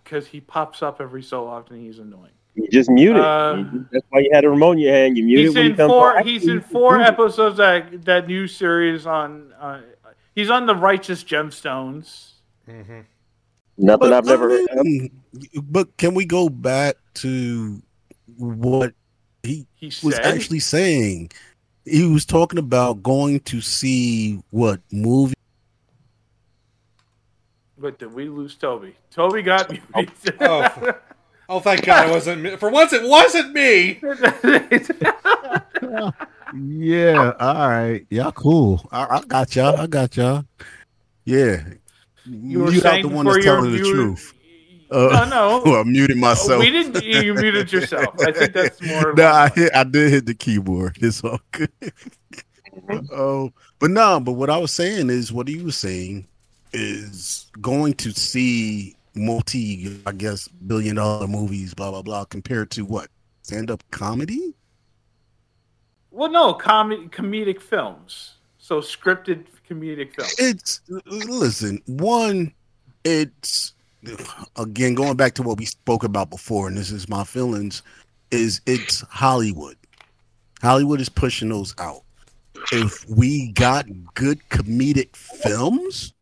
S2: because he pops up every so often, he's annoying.
S7: You just mute it.
S2: Uh,
S7: You- that's why you had a remote in your hand. You mute
S2: He's
S7: it when
S2: in
S7: you come.
S2: four. He's in four episodes of that that new series on. Uh, he's on the Righteous Gemstones.
S1: Mm-hmm.
S7: Nothing
S10: But,
S7: I've never heard.
S10: I mean, But can we go back to what he,
S2: He
S10: was
S2: said?
S10: actually saying? He was talking about going to see what movie?
S2: But did we lose Toby? Toby got me.
S1: Oh, oh, thank God it wasn't me. For once, it wasn't me.
S10: Yeah, all right, y'all cool. I, I got y'all. I got y'all. Yeah,
S2: were
S10: not
S2: saying before you were- you were-
S10: Uh,
S2: No, no.
S10: well, I muted myself.
S2: We didn't. You, you muted yourself. I think that's more.
S10: nah, I, hit, I did hit the keyboard. It's all good. Oh, but no. but what I was saying is what he was saying is going to see multi, I guess, billion dollar movies, blah blah blah, compared to what stand up comedy.
S2: Well, no, com- comedic films. So scripted comedic films.
S10: It's listen, one, it's again going back to what we spoke about before, and this is my feelings, is it's Hollywood. Hollywood is pushing those out. If we got good comedic films,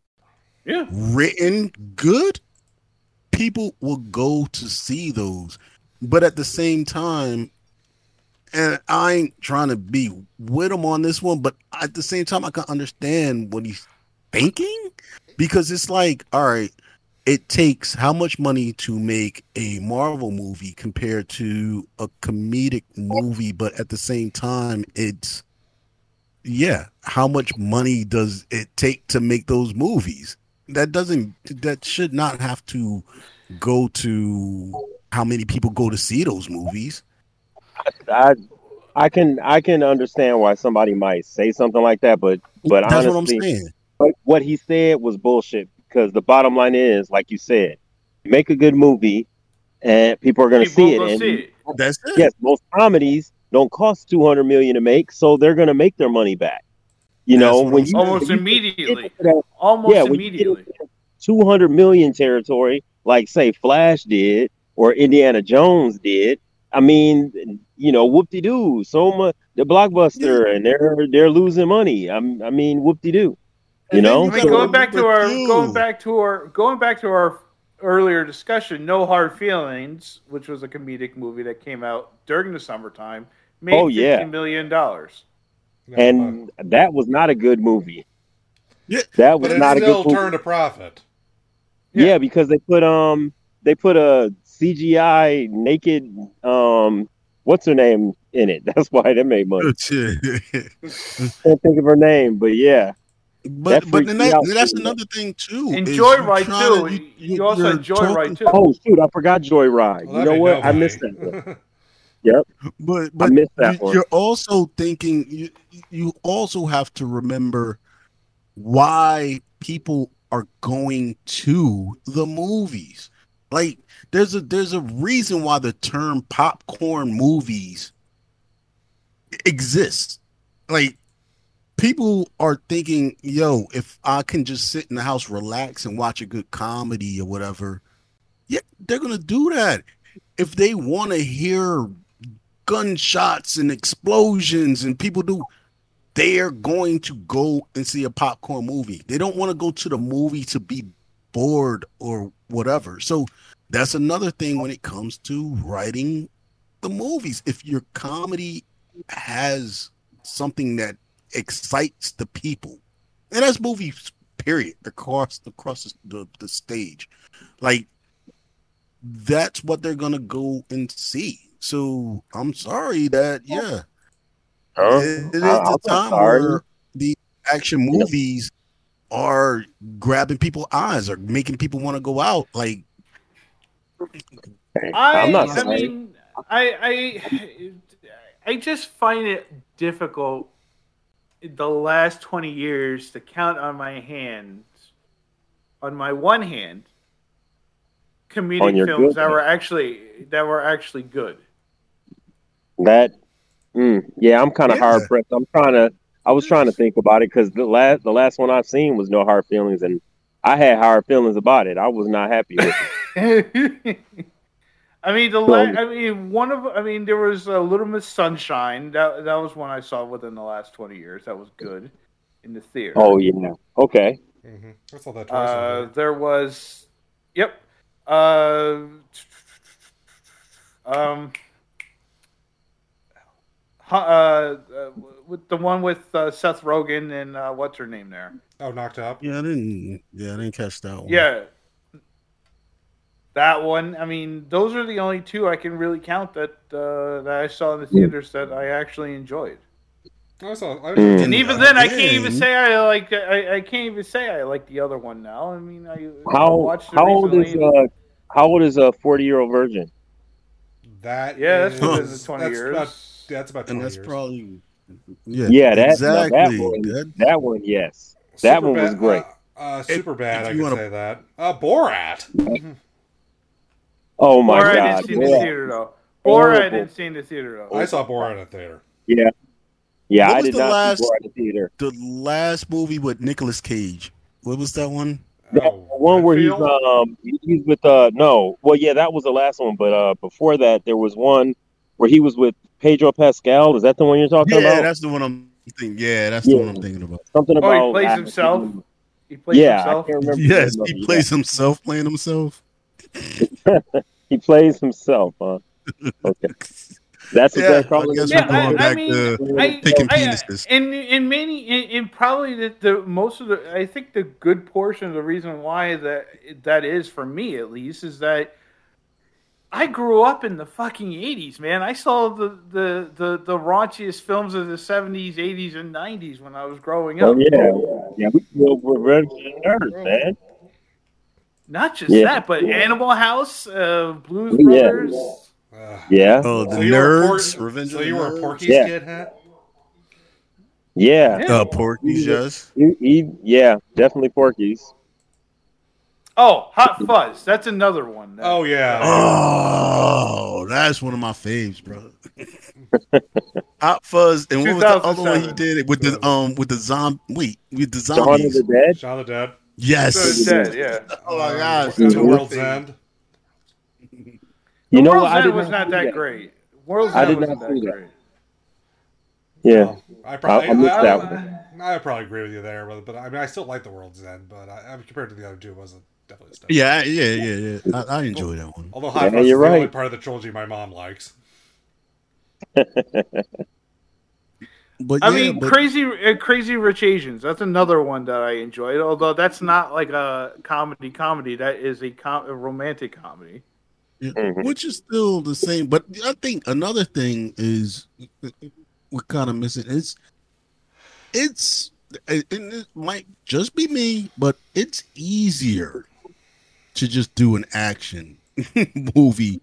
S2: yeah,
S10: written good, people will go to see those. But at the same time, and I ain't trying to be with him on this one, but at the same time, I can understand what he's thinking because it's like, all right, it takes how much money to make a Marvel movie compared to a comedic movie, but at the same time, it's yeah, how much money does it take to make those movies? That doesn't, that should not have to go to how many people go to see those movies.
S7: I I can I can understand why somebody might say something like that, but but
S10: That's
S7: honestly,
S10: what I'm saying.
S7: But what he said was bullshit because the bottom line is, like you said, make a good movie and people are going to see it. And
S10: That's
S7: yes, most comedies don't cost two hundred million to make, so they're going to make their money back. You know, when you
S2: almost immediately, almost
S7: Yeah, when you get
S2: immediately.
S7: two hundred million territory, like say Flash did or Indiana Jones did. I mean, you know, whoop de doo. So much the blockbuster, and they're they're losing money. I'm, I mean, whoop de doo. You know,
S2: I mean,
S7: So-
S2: going back to our going back to our going back to our earlier discussion, No Hard Feelings, which was a comedic movie that came out during the summertime, made
S7: Oh, yeah.
S2: fifty million dollars.
S7: and that was not a good movie. Yeah, that was
S1: but it
S7: not a
S1: still
S7: good movie.
S1: turned a profit.
S7: Yeah. because they put um they put a CGI naked um what's her name in it. That's why that made money. Can't think of her name, but yeah.
S10: But but
S7: freaked
S10: then
S7: me
S10: that,
S7: out
S10: that's
S7: too.
S10: another thing too. is
S2: Enjoy
S10: you
S2: Ride
S10: tryna-
S2: too. You- you also
S10: you're
S2: enjoy Ride
S10: talking-
S7: Oh shoot, I forgot Joyride.
S10: Well,
S7: you
S10: that
S7: know
S10: ain't
S7: what? I
S10: nobody.
S7: missed that. One.
S1: Mm-hmm.
S7: yep.
S10: But
S7: I
S10: but
S7: missed that
S10: you,
S7: one.
S10: you're also thinking you you also have to remember why people are going to the movies. Like there's a there's a reason why the term popcorn movies exists. Like people are thinking, yo, if I can just sit in the house, relax, and watch a good comedy or whatever, yeah, they're gonna do that. If they want to hear gunshots and explosions and people do, they are going to go and see a popcorn movie. They don't want to go to the movie to be bored or whatever. So that's another thing when it comes to writing the movies. If your comedy has something that excites the people, and that's movies, period, across across the, the stage, like that's what they're gonna go and see. So I'm sorry that yeah,
S7: Huh?
S10: it it is
S7: I- I'm
S10: the
S7: not
S10: time
S7: sorry.
S10: where the action movies are grabbing people's eyes or making people want to go out. Like
S2: I, I mean, I, I, I just find it difficult in the last 20 years to count on my hand, on my one hand,
S7: On
S2: comedic
S7: your
S2: films
S7: good
S2: that were
S7: hand.
S2: actually that were actually good.
S7: That, mm, yeah, I'm kind of hard pressed. I'm trying to. I was trying to think about it because the last the last one I've seen was No Hard Feelings, and I had hard feelings about it. I was not happy with it.
S2: I mean, the la- I mean, one of I mean, there was a Little Miss Sunshine. That that was one I saw within the last 20 years. That was good in the theater.
S7: oh yeah, okay.
S1: Mm-hmm. That's all that twice.
S2: Uh, there was, yep. Uh, um, hu- uh, uh, with the one with uh, Seth Rogen and uh, what's her name there?
S1: oh, knocked up.
S10: yeah, I didn't yeah I didn't catch that one.
S2: Yeah, that one. I mean, those are the only two I can really count that uh, that I saw in the theaters that I actually enjoyed.
S1: I saw. Oh,
S7: Hmm.
S1: I
S10: Mm.
S2: And even then, I can't even
S10: Again.
S2: say I like. I, I can't even say I like the other one now. I mean, I I
S7: How
S2: watched it
S7: how old is
S2: recently.
S7: uh how old is a forty year old virgin?
S1: That
S2: Yeah, that's
S1: is-
S2: within the 20
S1: that's
S2: years.
S1: About, that's about 20
S10: and that's
S1: years.
S10: probably
S7: Yeah,
S10: yeah
S7: that now
S10: exactly.
S7: that one
S10: That-
S7: that one yes that one was
S1: Superbad-
S7: great.
S1: Uh, uh, super bad.
S10: if
S1: I
S10: you
S1: can
S10: wanna-
S1: say that. Uh, Borat.
S7: oh my
S2: Borat I
S7: god,
S2: didn't see in the
S7: yeah.
S2: theater though. Borat I
S7: Horrible.
S2: didn't see in the theater though.
S1: I saw Borat at the theater.
S7: yeah yeah
S10: What
S7: I
S10: was
S7: did
S10: the
S7: not
S10: last- Oh,
S7: see Borat in the theater.
S10: the last movie with Nicolas Cage. What was that one?
S7: That one where he's
S1: Redfield?
S7: um he's with uh no well yeah that was the last one but uh before that there was one where he was with Pedro Pascal is that the one you're talking
S10: Yeah,
S7: about
S10: that's the one I'm thinking. Yeah, that's the one I'm thinking about.
S7: something about
S2: Oh, he plays
S7: I-
S2: himself. He plays
S7: yeah
S2: himself.
S7: I can't remember the
S10: Yes,
S7: name of
S10: he
S7: it,
S10: plays himself playing himself.
S7: yeah. he plays himself huh okay that's what
S10: Yeah,
S7: they're
S10: I
S7: calling
S10: guess
S7: it
S10: we're
S2: Yeah,
S7: now.
S10: going
S2: I, I
S10: back
S2: mean,
S10: to
S2: I,
S10: picking
S2: I, uh,
S10: penises.
S2: and and many and, and probably the, the most of the I think the good portion of the reason why that that is for me at least is that I grew up in the fucking eighties, man. I saw the, the the the raunchiest films of the seventies, eighties, and nineties when I was growing up.
S7: Oh, yeah, yeah, we we're, we're virgin nerds, man.
S2: Not just
S7: Yeah.
S2: that, but Animal House, uh, Blues
S7: Yeah.
S2: Brothers.
S7: Yeah,
S10: Oh, the
S1: So you were a
S10: nerds,
S1: Por-
S10: revenge.
S1: So
S10: of the
S1: you were a
S10: Nerds?
S1: Porky's
S7: Yeah.
S1: kid, huh?
S7: yeah,
S10: Uh, Porky's, yes.
S7: You- you- yeah, definitely Porky's.
S2: Oh, Hot Fuzz. That's another one. that-
S1: Oh yeah.
S10: Oh, that's one of my faves, bro. Hot Fuzz, and Oh, what was the other one he
S2: 2007.
S10: did with the um with the zombie? Wait, with the
S7: Dawn of
S10: zombies.
S7: the Dead.
S1: Shaun of the Dead.
S10: Yes.
S2: So dead, yeah.
S10: Oh my gosh,
S1: At
S10: that's
S1: the
S10: one of my
S1: World's
S10: faves.
S1: End.
S7: You know
S2: World's
S7: what? I
S2: End
S7: did
S2: was
S7: not
S2: not
S7: see
S2: that
S7: that.
S2: great. World's
S7: I
S2: End
S7: did
S2: wasn't
S7: not
S2: that
S7: see that.
S2: great.
S7: Yeah,
S1: I probably
S7: I- I missed
S1: I,
S7: that
S1: I,
S7: one.
S1: I probably agree with you there, but, but I mean, I still like the World's End, but I, I mean, compared to the other two, it wasn't definitely. a step.
S10: Yeah, yeah, yeah, yeah. I, I enjoy that one.
S1: Although
S7: Yeah,
S1: Hot Fuzz is
S7: you're
S1: the only
S7: right.
S1: part of the trilogy my mom likes.
S10: But
S2: I
S10: yeah,
S2: mean,
S10: but-
S2: crazy, uh, crazy rich Asians. That's another one that I enjoyed. Although that's not like a comedy comedy. That is a, com- a romantic comedy.
S10: Yeah, which is still the same. But I think another thing is we're kind of missing. It's it's and it might just be me, but it's easier to just do an action movie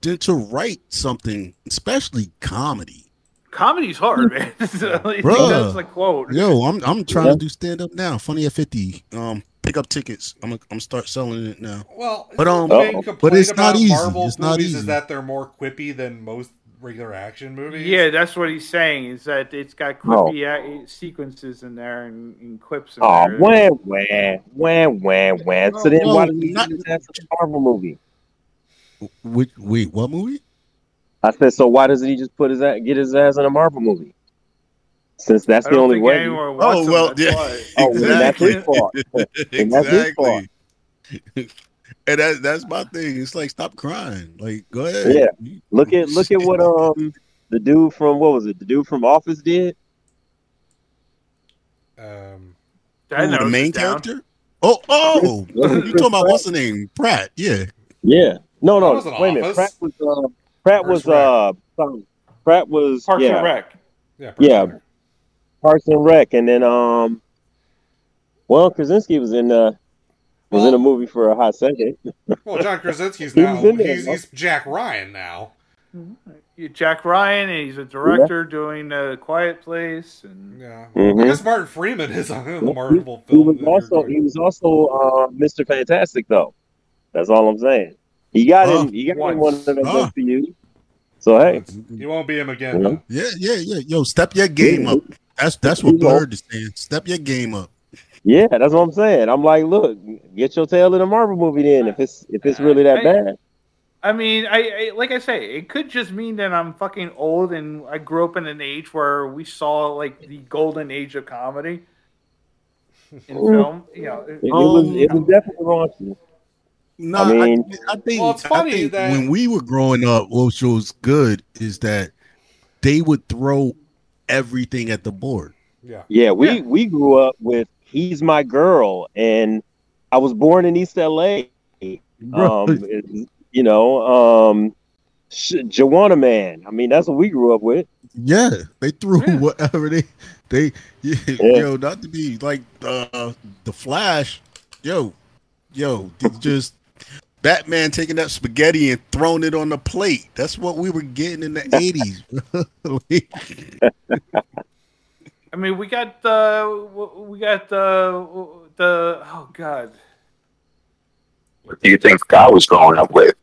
S10: than to write something, especially comedy.
S2: Comedy's hard, man. Bruh.
S10: Bruh.
S2: That's the quote.
S10: Yo, I'm I'm trying
S2: Yeah.
S10: to do stand up now. Funny at fifty. Um, pick up tickets. I'm I'm start selling it now.
S1: Well,
S10: but um,
S7: Oh,
S1: the big
S10: but
S1: complaint
S10: it's not
S1: about
S10: easy.
S1: Marvel
S10: It's not
S1: movies
S10: easy.
S1: Is that they're more quippy than most regular action movies?
S2: Yeah, that's what he's saying. Is that it's got
S7: No.
S2: quippy uh, sequences in there and, and quips. In
S7: Oh,
S2: there.
S7: wah, wah, wah, wah, wah. So then
S2: No,
S7: why did we
S2: not-
S7: do that for the Marvel movie?
S10: Wait, wait, what movie?
S7: I said, so why doesn't he just put his ass, get his ass in a Marvel movie? Since that's
S10: I
S7: the
S10: don't
S7: only
S10: think
S7: way.
S10: anyone wants Oh, him, well, that's yeah, why.
S7: Oh, well, that's his
S10: exactly.
S7: fault. And that's his fault.
S10: and that, that's my thing. It's like stop crying. Like go ahead.
S7: Yeah. Look at look at what um the dude from what was it? The dude from Office did.
S1: Um,
S10: Ooh, the main character. Oh, oh, you talking about what's the name? Pratt. Yeah,
S7: Yeah. No,
S10: That
S7: no.
S10: wasn't
S7: Wait a minute.
S10: Office.
S7: Pratt
S10: Parks
S7: was uh, Pratt was uh some- Pratt was
S2: Parks
S7: yeah,
S2: and Rec.
S1: Yeah.
S7: yeah. Parks and Rec, and then um, well, Krasinski was in uh was in a movie for a hot second.
S1: Well, John Krasinski's
S7: He
S1: now
S7: was in there,
S1: he's,
S7: huh?
S1: he's Jack Ryan now.
S2: You- Jack Ryan, and he's a director doing uh, Quiet Place, and
S1: yeah.
S7: Mhm.
S1: I guess Martin Freeman is on the Marvel
S7: He
S1: film.
S7: was also he was also uh, Mr. Fantastic though. That's all I'm saying. He got
S1: Huh.
S7: in. He got in
S1: Once.
S7: one of them
S1: Huh.
S7: MCU. So hey,
S1: He won't be him again.
S7: Yeah.
S10: yeah, yeah, yeah. Yo, step your game up. That's that's what Bird is saying. Step your game up.
S7: yeah, that's what I'm saying. I'm like, look, get your tail in a Marvel movie then. If it's if it's really that
S2: I-
S7: bad,
S2: I mean, I, I like I say, it could just mean that I'm fucking old and I grew up in an age where we saw like the golden age of comedy in
S7: Ooh.
S2: film. You know, it-
S7: it, was it was definitely raunchy.
S10: No,
S7: I mean,
S10: I think,
S2: Well, it's funny
S10: I think
S2: that-
S10: when we were growing up, what was good is that they would throw everything at the board.
S1: Yeah.
S7: Yeah, we we grew up with "He's My Girl," and I was born in East LA.
S10: Bro.
S7: Um, it- you know, um, Sh- Joanna Man. I mean, that's what we grew up with.
S10: Yeah, they threw whatever they they yeah, yo not to be like uh, the Flash, yo yo just Batman taking that spaghetti and throwing it on the plate. That's what we were getting in the eighties.
S2: I mean, we got the we got the the oh god,
S6: What do you think Scott was growing up with?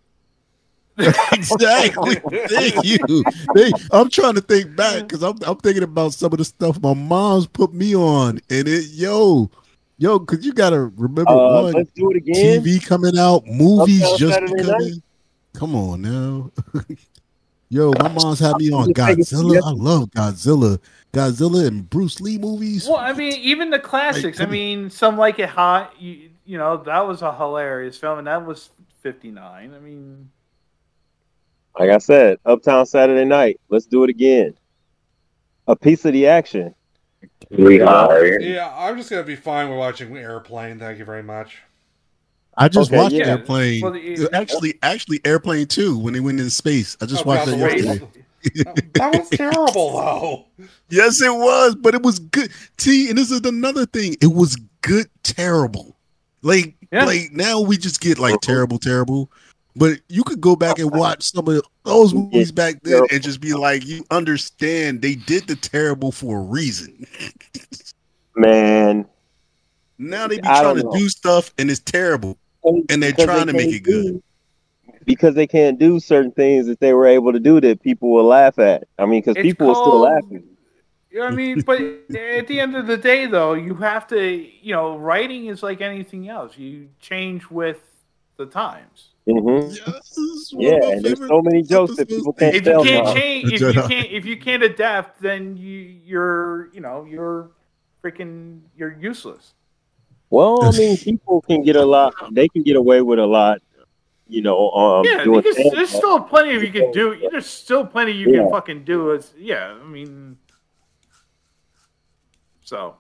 S10: exactly. Thank you. Thank- I'm trying to think back because I'm I'm thinking about some of the stuff my mom's put me on, and it yo yo because you gotta remember
S7: Uh,
S10: one
S7: let's do it again.
S10: TV coming out, movies
S7: Uptown
S10: just
S7: Saturday
S10: coming.
S7: night?
S10: Come on now. Yo, my mom's had me on
S7: just taking some
S10: Godzilla.
S7: yes-
S10: I love Godzilla. Godzilla and Bruce Lee movies.
S2: Well, I mean, even the classics. I mean, some like it hot. You, you know, that was a hilarious film, and that was '59. I mean,
S7: Like I said, Uptown Saturday Night. Let's do it again. A piece of the action.
S6: We are.
S1: Yeah, I'm just gonna be fine with watching Airplane. Thank you very much.
S10: I just
S1: Okay,
S10: watched
S1: yeah.
S10: Airplane.
S1: Well, the-
S10: actually, actually, Airplane 2 when they went into space. I just
S1: Oh,
S10: watched
S1: God,
S10: that
S1: wait.
S10: yesterday.
S1: That was terrible though.
S10: Yes, it was, but it was good. See, and this is another thing. It was good, terrible. Like, like now we just get like terrible, terrible. But you could go back and watch some of those movies back then and just be like, you understand they did the terrible for a reason.
S7: Man,
S10: Now they be
S7: I
S10: trying to
S7: don't know.
S10: do stuff and it's terrible, and they're
S7: because
S10: trying
S7: they
S10: to make
S7: can't
S10: it good.
S7: because they can't do certain things that they were able to do that people will laugh at. I mean, because
S2: It's
S7: people are still
S2: called-
S7: laughing.
S2: you know what I mean, but at the end of the day, though, you have to. You know, writing is like anything else. You change with the times.
S7: hmm
S10: one of
S7: Yeah,
S10: my
S7: and there's
S10: favorite
S7: so many jokes that people can't
S2: If you
S7: tell now.
S2: can't change, if you can't, if you can't adapt, then you you're you know you're freaking you're useless.
S7: Well, I mean, people can get a lot. They can get away with a lot, you know. Um,
S2: yeah,
S7: doing
S2: because
S7: stand-up.
S2: there's still plenty you can do. There's still plenty you
S7: Yeah.
S2: can fucking do. As yeah, I mean, So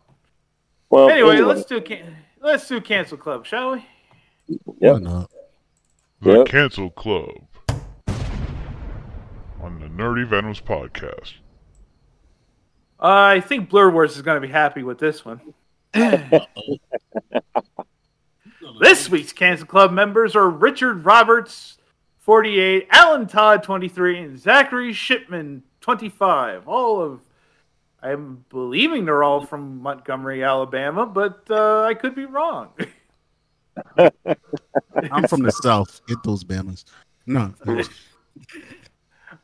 S7: Well,
S2: anyway,
S7: anyway.
S2: let's do can- let's do cancel club, shall we?
S7: Yep.
S14: The Cancel Club on the Nerdy Venoms podcast.
S2: Uh, I think Blurworth is going to be happy with this one. this week's Cancel Club members are Richard Roberts, 48, Alan Todd, 23, and Zachary Shipman, 25. All of, I'm believing they're all from Montgomery, Alabama, but uh, I could be wrong.
S10: I'm from the south. Get those bammers. No,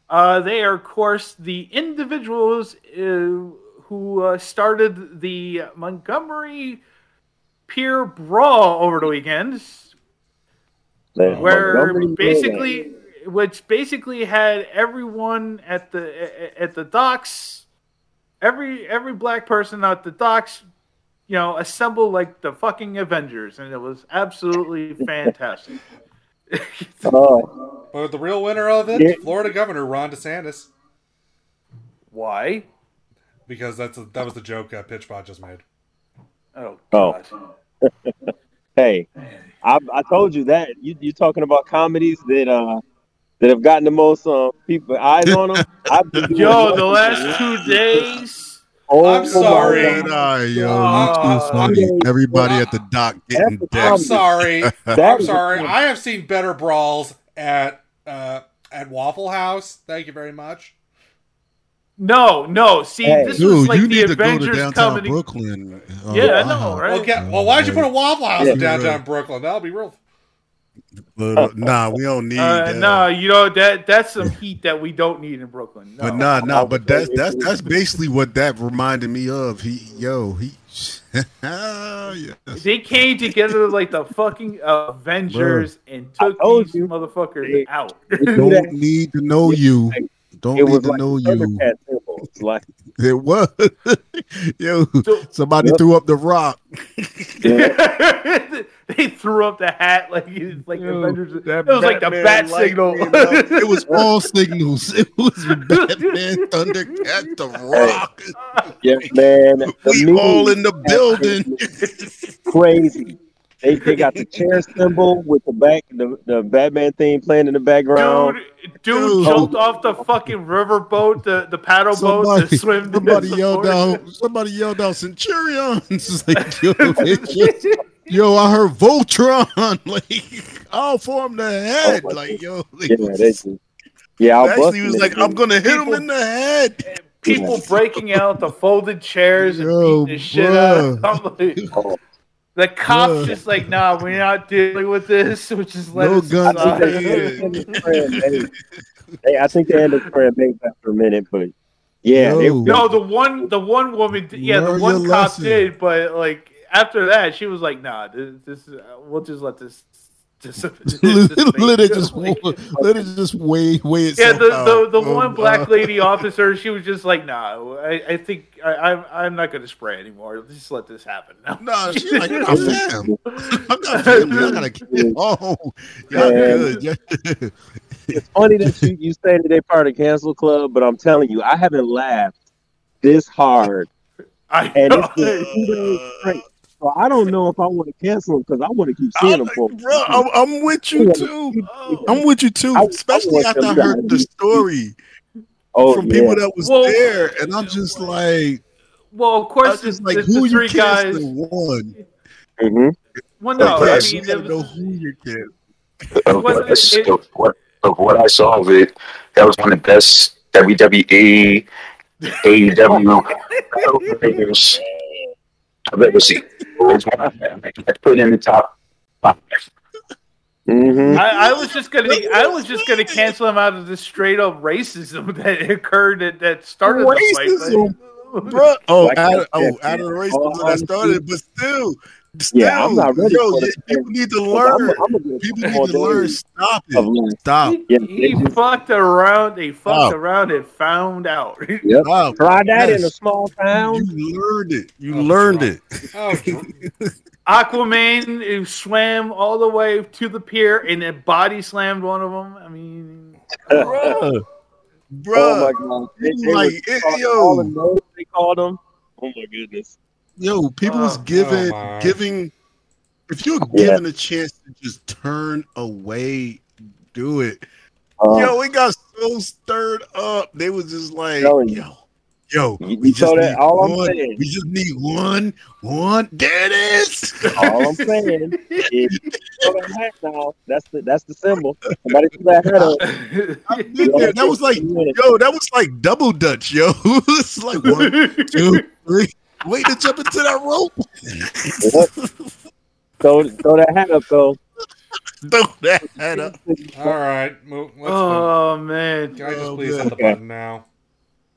S2: Uh, they are, of course, the individuals uh, who uh, started the Montgomery Pier Brawl over the weekend, where basically, which basically had everyone at the at the docks, every every black person at the docks, you know, assemble like the fucking Avengers, and it was absolutely fantastic.
S7: Oh,
S1: But the real winner of it,
S2: Yeah.
S1: Florida Governor Ron DeSantis.
S2: Why?
S1: Because that's a, that was the joke uh, Pitchbot just made.
S2: Oh,
S7: Oh. hey, I, I told you that you, you're talking about comedies that uh that have gotten the most uh, people eyes on them. I've been doing
S2: Yo,
S7: that.
S2: the last two days.
S7: Oh,
S2: I'm
S7: my
S2: sorry.
S7: God.
S10: Nah, yo, you too funny. Everybody at the dock getting decked.
S1: I'm sorry.
S10: That
S1: I'm
S10: is-
S1: sorry. I have seen better brawls at uh, at Waffle House. Thank you very much.
S2: No, no. See, this was
S10: Dude,
S2: like
S10: you
S2: the
S10: need to go to
S2: Avengers
S10: downtown
S2: comedy.
S10: Brooklyn. Oh,
S2: Yeah, I
S10: wow.
S2: know, right? Uh,
S1: Well, get, well, why'd you put a Waffle House
S10: Yeah.
S1: in downtown Brooklyn? That'll be real.
S10: But, nah, we don't need
S2: Uh,
S10: that.
S2: no, you know that that's some heat that we don't need in Brooklyn. No.
S10: But nah, nah. But that's that's that's basically what that reminded me of. He, yo, he.
S2: They came together like the fucking Avengers and took these motherfuckers out.
S10: don't need to know you. Don't need to know you.
S7: It's like
S10: It was. yo, somebody threw up the rock.
S2: they threw up the hat like it- like Avengers. it was like the
S10: Batman
S2: bat
S10: light
S2: signal.
S10: came out. it was all signals. It was Batman, Thundercat, The Rock.
S7: yes, man. The
S10: We
S7: memes
S10: all in the
S7: have
S10: building.
S7: been Crazy. They, they got the chair symbol with the back the, the Batman theme playing in the background.
S2: Dude jumped off the fucking riverboat, the the paddle boat,
S10: Somebody,
S2: to swim. to
S10: somebody
S2: the
S10: yelled
S2: forest.
S10: out. Somebody yelled out Centurions. It's like, yo, it's just- yo, I heard Voltron. Like, I'll form the head.
S7: Oh, my
S10: like, yo, like,
S7: yeah, they just, yeah. I
S10: actually, he was like, I'm gonna hit him in the head.
S2: people breaking out the folded chairs and
S10: Yo,
S2: beating the shit
S10: bruh.
S2: out. of them. the cops just like, nah, we're not dealing with this, which is let
S7: No
S2: us
S7: guns
S2: slide.
S7: hey, hey, I think they ended up praying bait after a minute, but yeah, they,
S2: No, the one, the one woman, did- yeah,
S7: Learn
S2: the one
S7: your
S2: cop
S7: lesson.
S2: did, but like after that, she was like, nah, this, this is- we'll just let this. this, this thing
S10: let it
S2: go.
S10: just let it just weigh weigh
S2: yeah,
S10: itself
S2: the, the,
S10: out.
S2: the
S10: Oh,
S2: one
S10: God.
S2: black lady officer, she was just like, nah, I, I think I, I'm, I'm not going to spray anymore. Just let this happen. No,
S10: no she's like, "You're not fam. I'm not family. I gotta get home. Y'all good. Yeah.
S7: it's funny that you, you say that they part of cancel club, but I'm telling you, I haven't laughed this hard.
S2: I
S7: and it's been two days straight. So I don't know if I want to cancel them because I want to keep seeing them for.
S10: Bro, I'm, I'm with you too.
S2: Oh,
S10: I'm with you too, especially
S7: I want
S10: after I
S7: them
S10: heard the
S7: guys.
S10: story
S7: Oh,
S10: from people
S7: yeah.
S10: that was
S2: Well-
S10: there, and I'm just like,
S2: Well, of
S10: I
S2: course,
S10: was just
S2: the-
S10: like,
S2: the, the
S10: who
S2: three
S10: you
S2: guys.
S10: canceling one?
S2: Well, no,
S10: Like,
S2: I
S10: yes,
S2: mean,
S10: you
S2: there
S10: gotta know who you can.
S6: Of
S2: Well,
S6: what, I-
S2: it-
S6: of what, of what I saw of it, that was one of the best WWE, AEW pay-per-views I've ever seen. It's one of them. I put it in the top five.
S2: I, I was just gonna, I was just gonna cancel him out of the straight up racism that occurred at, that started the
S10: Racism,
S2: fight.
S10: bro. Oh,
S2: Like
S10: out
S2: I
S10: of, oh,
S2: said,
S10: out of the race
S2: all
S10: that started, but still, still,
S7: Yeah, I'm not ready
S10: yo,
S7: for
S10: you-
S7: this.
S10: people need to
S7: Look, I'm-
S10: learn.
S7: I'm gonna get
S10: people
S7: some
S10: need
S7: more
S10: to learn.
S7: days
S10: Stop
S7: of
S10: it.
S7: laughing.
S10: Stop.
S7: Yeah,
S2: He
S7: they just-
S2: fucked around. They fucked
S7: Wow.
S2: around and found out.
S7: Yep.
S10: Wow.
S7: Try that
S2: Yes.
S7: in Oh, a small town.
S10: You learned it. You learned it.
S1: Oh,
S2: Aquaman who swam all the way to the pier and then body slammed one of them. I mean,
S10: Bruh.
S7: Oh
S10: Bruh.
S7: my god! They, they
S10: Like,
S7: were
S10: it-
S7: called-
S10: yo.
S7: all the names they called them. Oh my goodness! yo, people was giving
S1: my.
S7: giving. If you're
S1: Yeah.
S7: given a chance to just turn away, do it.
S10: Uh,
S7: yo, it got so stirred up. They was just like,
S10: telling you.
S7: yo, yo,
S10: You-
S7: we
S10: you
S7: just
S10: saw that?
S7: need
S10: All I'm
S7: one.
S10: saying-
S7: We just need one, one. There it is.
S10: All I'm saying is, throw that hat now. That's the that's the symbol. Somebody threw that hat
S7: Oh.
S10: up.
S7: Yeah, that was like, yo, that was like double dutch, yo. it's like one, two, three. Wait to jump into that rope.
S10: throw, throw that hat up though.
S7: throw that hat up.
S1: All right. Move, let's
S2: Oh, man.
S1: Can I just please
S10: man.
S1: hit the
S10: Okay.
S1: button now?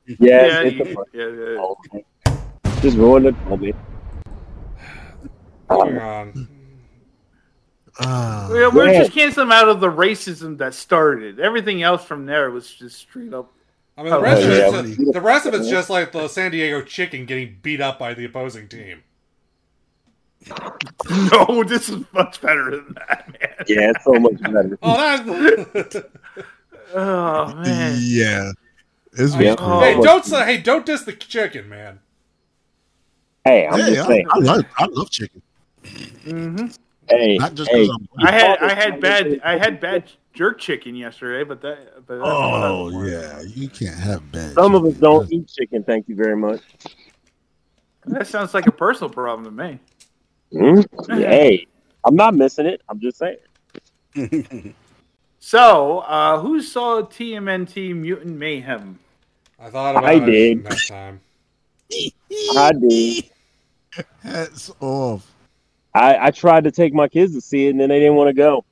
S10: Yeah,
S2: Yeah,
S10: it's
S2: you-
S10: a-
S2: yeah, yeah.
S7: Oh,
S10: just ruined it for me.
S1: Moving on.
S7: Ah,
S2: Yeah, we're
S10: Yeah.
S2: just canceling out of the racism that started. it. Everything else from there was just straight up.
S1: I
S2: Oh,
S1: mean, the rest, of it's, the rest of it's just like the San Diego chicken getting beat up by the opposing team.
S2: no, this is much better than that, man.
S10: Yeah, it's so much better.
S1: Oh, that's.
S2: oh man. Oh,
S7: Yeah, it's
S1: I mean,
S7: cool.
S1: hey, don't say, hey, don't diss the chicken, man.
S10: Hey, I'm
S7: Hey,
S10: just
S7: I,
S10: saying.
S7: I love, I love chicken.
S10: Hey,
S7: Not just
S10: hey,
S7: 'cause I'm
S2: mm-hmm. I had I had bad I had bad jerk chicken yesterday, but that but that-
S7: Oh yeah, you can't have bad.
S10: Some of us don't eat chicken. Thank you very much.
S2: that sounds like a personal problem to me.
S10: Hmm? Hey, I'm not missing it. I'm just saying.
S2: So, uh, who saw TMNT Mutant Mayhem?
S1: I thought
S10: about I it did.
S1: next time.
S10: I did.
S7: Hats off.
S10: I, I tried to take my kids to see it, and then they didn't want to go.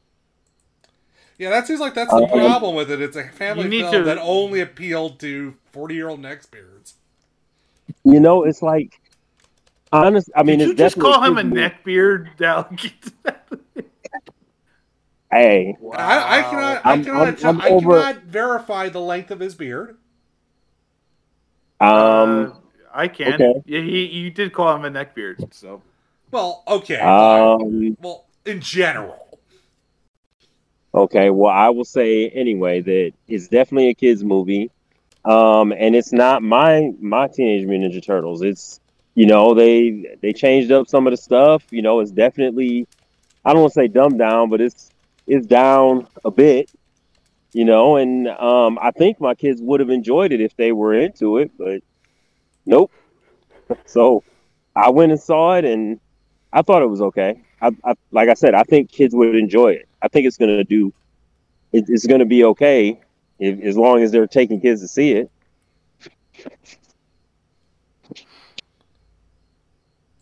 S1: Yeah, that seems like that's the
S10: Uh,
S1: problem with it. It's a family
S2: You need
S1: film
S2: to-
S1: that only appealed to forty-year-old neck beards.
S10: You know, it's like, honest. I mean,
S2: Did
S10: it's
S2: you just
S10: definitely
S2: call him a
S10: kids' movie.
S2: neckbeard, Dalek?
S10: Hey,
S1: I, I cannot, I
S10: I'm-
S1: cannot,
S10: I'm-
S1: tell-
S10: I'm
S1: I
S10: over-
S1: cannot verify the length of his beard.
S10: um,
S2: I can.
S10: Okay.
S2: Yeah, he, you did call him a neckbeard, so
S1: Well, okay,
S2: Uh,
S10: um,
S1: well, in general,
S10: okay. Well, I will say anyway that it's definitely a kids' movie, um, and it's not my my Teenage Mutant Ninja Turtles. It's you know they they changed up some of the stuff. You know, it's definitely I don't want to say dumbed down, but it's it's down a bit. You know, and um, I think my kids would have enjoyed it if they were into it, but nope. so I went and saw it, and I thought it was okay. I, I like I said, I think kids would enjoy it. I think it's gonna do. It, it's gonna be okay if, as long as they're taking kids to see it.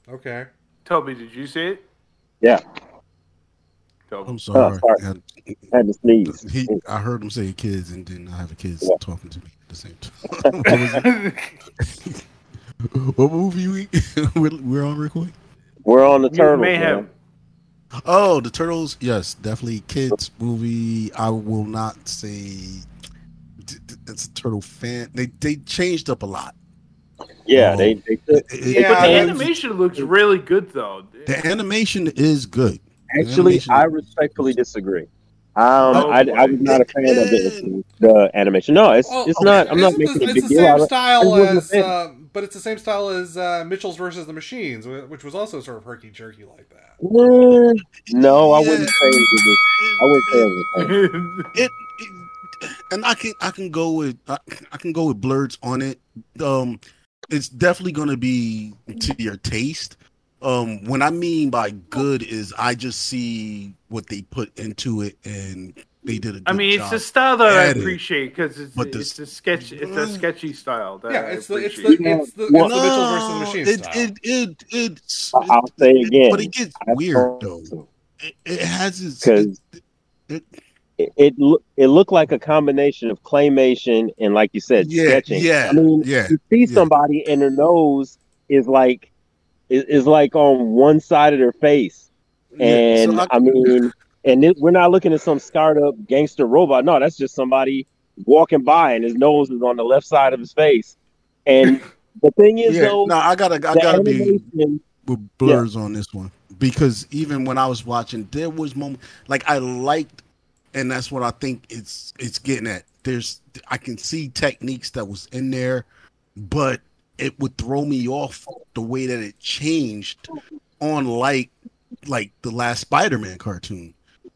S1: okay.
S2: Toby, did you see it?
S10: Yeah.
S2: Toby.
S7: I'm sorry.
S10: Oh, sorry.
S7: I,
S10: I had to sneeze.
S7: he, I heard him say kids, and then I have the kids talking to me at the same time. What was it? what movie we we're, we're on recording?
S10: We're on the
S2: Mutant
S10: turtles.
S2: Mayhem.
S10: man.
S7: Oh, the turtles. Yes, definitely kids movie. I will not say d- d- it's a turtle fan. They they changed up a lot.
S10: Yeah, they, they took,
S7: It- it-
S2: But the
S7: it-
S2: animation looks really good, though.
S7: the animation is good. The
S10: Actually,
S7: animation-
S10: I respectfully disagree. Um,
S2: Oh,
S10: I, I was not a fan of the, the animation. No, it's
S1: Oh,
S10: it's
S1: okay.
S10: not. I'm not
S1: Isn't
S10: making
S1: this-
S10: a big
S1: It's the
S10: deal out
S1: same
S10: of it. I
S1: style
S10: wasn't a
S1: as,
S10: fan.
S1: uh, but it's the same style as uh, Mitchell's versus the Machines, wh- which was also sort of herky jerky like that.
S10: Eh, no, I wouldn't say it was. a- I wouldn't say it was. a fan.
S7: it, it- and I can I can go with I, I can go with blurs on it. Um, it's definitely gonna be to your taste. Um, when I mean by good is I just see what they put into it and they did a good
S2: I mean, it's
S7: job
S2: a style that I
S7: at it.
S2: appreciate because it's,
S7: But the
S2: it's a sketch, it's a sketchy style. That
S1: Yeah,
S2: I
S1: it's the- it's the-
S2: appreciate.
S1: it's the- it's the Mitchell versus the Machines
S7: it,
S1: style.
S7: it, it, it's
S10: I- I'll say
S7: it-
S10: again.
S7: but it gets
S10: I
S7: weird
S10: thought-
S7: though. It, it has its
S10: because
S7: it-
S10: it it, loo- it looked like a combination of claymation and, like you said,
S7: Yeah,
S10: sketching.
S7: yeah,
S10: I mean,
S7: yeah,
S10: you see somebody and their nose is like is, is like on one side of their face,
S7: Yeah,
S10: and
S7: so I-
S10: I, mean, and it, we're not looking at some scarred up gangster robot. No, that's just somebody walking by and his nose is on the left side of his face. And the thing is,
S7: Yeah,
S10: though,
S7: no, I gotta I
S10: the
S7: gotta be
S10: animation-
S7: with blurs on this one because even when I was watching, there was moment like I liked, and that's what I think it's it's getting at. There's I can see techniques that was in there, but it would throw me off the way that it changed on like like the last Spider-Man cartoon.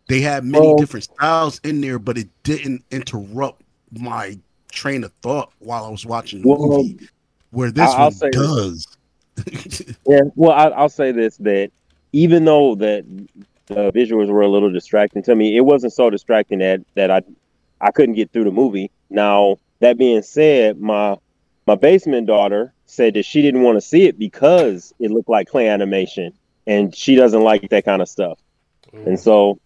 S7: They had many
S6: Oh.
S7: different styles in there, but it didn't interrupt my train of thought while I was watching the
S6: Well,
S7: movie. Where this
S6: I- I'll
S7: one
S6: say this.
S7: does.
S6: yeah. Well, I, I'll say this: that even though that the visuals were a little distracting to me, it wasn't so distracting that that I I couldn't get through the movie. Now that being said, my my basement daughter said that she didn't want to see it because it looked like clay animation, and she doesn't like that kind of stuff. And so,